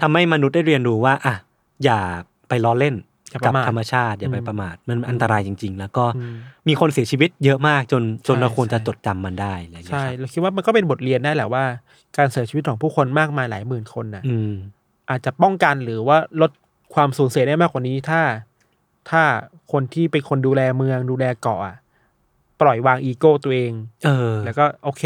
[SPEAKER 1] ทำให้มนุษย์ได้เรียนรู้ว่าอ่ะอย่าไปล้อเล่น
[SPEAKER 2] อย่าป
[SPEAKER 1] กับ
[SPEAKER 2] ระมาท
[SPEAKER 1] ธรรมชาติอย่าไป
[SPEAKER 2] อืม
[SPEAKER 1] ประมาทมันอันตรายจริง ๆ แล้วก็
[SPEAKER 2] อืม
[SPEAKER 1] มีคนเสียชีวิตเยอะมากจนจน
[SPEAKER 2] ใช่
[SPEAKER 1] เราควรจะ
[SPEAKER 2] ใช่
[SPEAKER 1] จดจำมันได้อะไรอย่างเงี้
[SPEAKER 2] ใช่
[SPEAKER 1] ยครับ
[SPEAKER 2] เราคิดว่ามันก็เป็นบทเรียนได้แหละว่า การเสียชีวิตของผู้คนมากมายหลายหมื่นคนน่ะ
[SPEAKER 1] อืม
[SPEAKER 2] อาจจะป้องกันหรือว่าลด ความสูญเสียได้มากกว่านี้ถ้าถ้าคนที่เป็นคนดูแลเมืองดูแลเกาะอะปล่อยวางอีโก้ตัวเอง
[SPEAKER 1] เออ
[SPEAKER 2] แล้วก็โอเค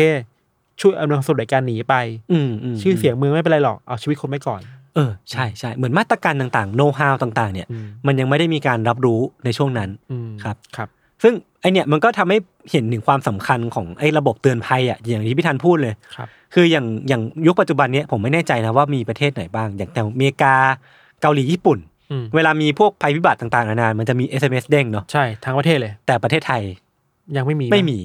[SPEAKER 2] ช่วยอำนวยความสะดวกในการหนีไป
[SPEAKER 1] อืมอืม
[SPEAKER 2] ชื่อเสียงเมืองไม่เป็นไรหรอกเอาชีวิตคนไว้ก่อน
[SPEAKER 1] เออใช่ใช่เหมือนมาตรการต่างๆโน้ตฮาวต่าง ๆ เนี่ย
[SPEAKER 2] อืม
[SPEAKER 1] มันยังไม่ได้มีการรับรู้ในช่วงนั้น
[SPEAKER 2] อืม
[SPEAKER 1] ครับ
[SPEAKER 2] ครับ
[SPEAKER 1] ซึ่งไอเนี่ยมันก็ทำให้เห็นถึงความสำคัญของไอ้ระบบเตือนภัยอ่ะอย่างที่พี่ธันพูดเลย
[SPEAKER 2] ครับ
[SPEAKER 1] คืออย่างอย่างยุคปัจจุบันเนี้ยผมไม่แน่ใจนะว่ามีประเทศไหนบ้าง อย่างแต่อเมริกาเกาหลีญี่ปุ่น
[SPEAKER 2] อืม
[SPEAKER 1] เวลามีพวกภัยพิบัติต่างๆนานามันจะมี SMS เด้งเนาะ
[SPEAKER 2] ใช่ทั้งประเทศเลย
[SPEAKER 1] แต่ประเทศไทย
[SPEAKER 2] ยังไม่มีนะ
[SPEAKER 1] ไม่มี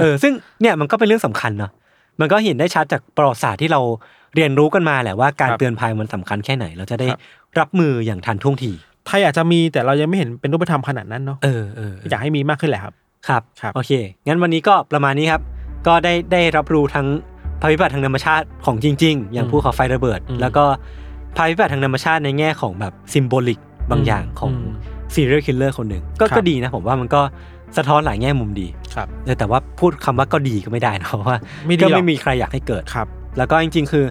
[SPEAKER 1] เออซึ่งเนี่ยมันก็เป็นเรื่องสำคัญเนาะมันก็เห็นได้ชัดจากประวัติศาสตร์ที่เราเรียนรู้กันมาแหละว่าการเตือนภัยมันสำคัญแค่ไหน เราจะได้รับมืออย่างทันท่วงที
[SPEAKER 2] ไทยอาจจะมีแต่เรายังไม่เห็นเป็นรูปธรรมขนาดนั้นเนาะ
[SPEAKER 1] เออเออเออ
[SPEAKER 2] อยากให้มีมากขึ้นแหละครับ
[SPEAKER 1] ครับ
[SPEAKER 2] ครับ
[SPEAKER 1] โอเค งั้นวันนี้ก็ประมาณนี้ครับ ก็ได้ได้รับรู้ทั้งภัยพิบัติทางธรรมชาติของจริง ๆ อย่างภูเขาไฟระเบิด
[SPEAKER 2] อืม
[SPEAKER 1] แล้วก็ภัยพิบัติทางธรรมชาติในแง่ของแบบซิมโบลิกบางอย่างของ
[SPEAKER 2] ม
[SPEAKER 1] ซีเรียลคิลเลอร์คนหนึ่งก็
[SPEAKER 2] ครับ
[SPEAKER 1] ก็ดีนะผมว่ามันก็สะท้อนหลายแง่มุมดี
[SPEAKER 2] ครับ
[SPEAKER 1] เออแต่ว่าพูดคำว่าก็ดีก็ไม่ได้นะเพ ราะว่า
[SPEAKER 2] ไม่ดีหร
[SPEAKER 1] ก็
[SPEAKER 2] อก
[SPEAKER 1] ไม่มีใครอยากให้เกิด
[SPEAKER 2] ครับ
[SPEAKER 1] แล้วก็จริง ๆ คือ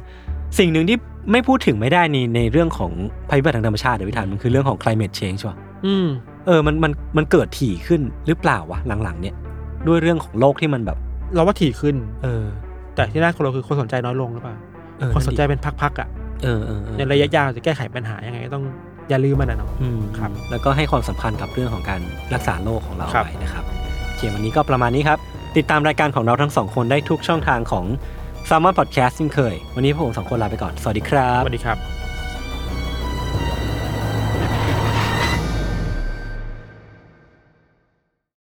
[SPEAKER 1] สิ่งหนึ่งที่ไม่พูดถึงไม่ได้ในในเรื่องของภัยพิบัติทางธรรมชาติเดี๋ยวพิธานมันคือเรื่องของ climate change ใช่ปะ
[SPEAKER 2] อืม
[SPEAKER 1] เออ มัน มัน มันเกิดถี่ขึ้นหรือเปล่าวะหลังๆ เนี่ย ด้วยเรื่องของโลกที่มันแบบ
[SPEAKER 2] เราว่าถี่ขึ้น
[SPEAKER 1] เออ
[SPEAKER 2] แต่ที่น่ากลัวคือคนสนใจน้อยลงหรือเปล่า
[SPEAKER 1] เออ
[SPEAKER 2] คนสนใจ
[SPEAKER 1] ดิ
[SPEAKER 2] เป็นพักๆอ่ะ
[SPEAKER 1] เออเออเออ
[SPEAKER 2] ในระยะยาวจะแก้ไขปัญหายังไงก็ต้องอย่าลืมมันนะเนาะ
[SPEAKER 1] อืม
[SPEAKER 2] ครับ
[SPEAKER 1] แล้วก็ให้ความสำคัญกับเรื่องของการรักษาโลกของเรา
[SPEAKER 2] ครับ
[SPEAKER 1] ไว้นะครับโอเควันนี้ก็ประมาณนี้ครับ ติดตามรายการของเราทั้งสองคนได้ทุกช่องทางของ s ซ m มอนพอดแคสต์เช่นเคย วันนี้พวกผมสองคนลาไปก่อน สวัสดีครับ
[SPEAKER 2] สวัสดีครับ
[SPEAKER 3] ส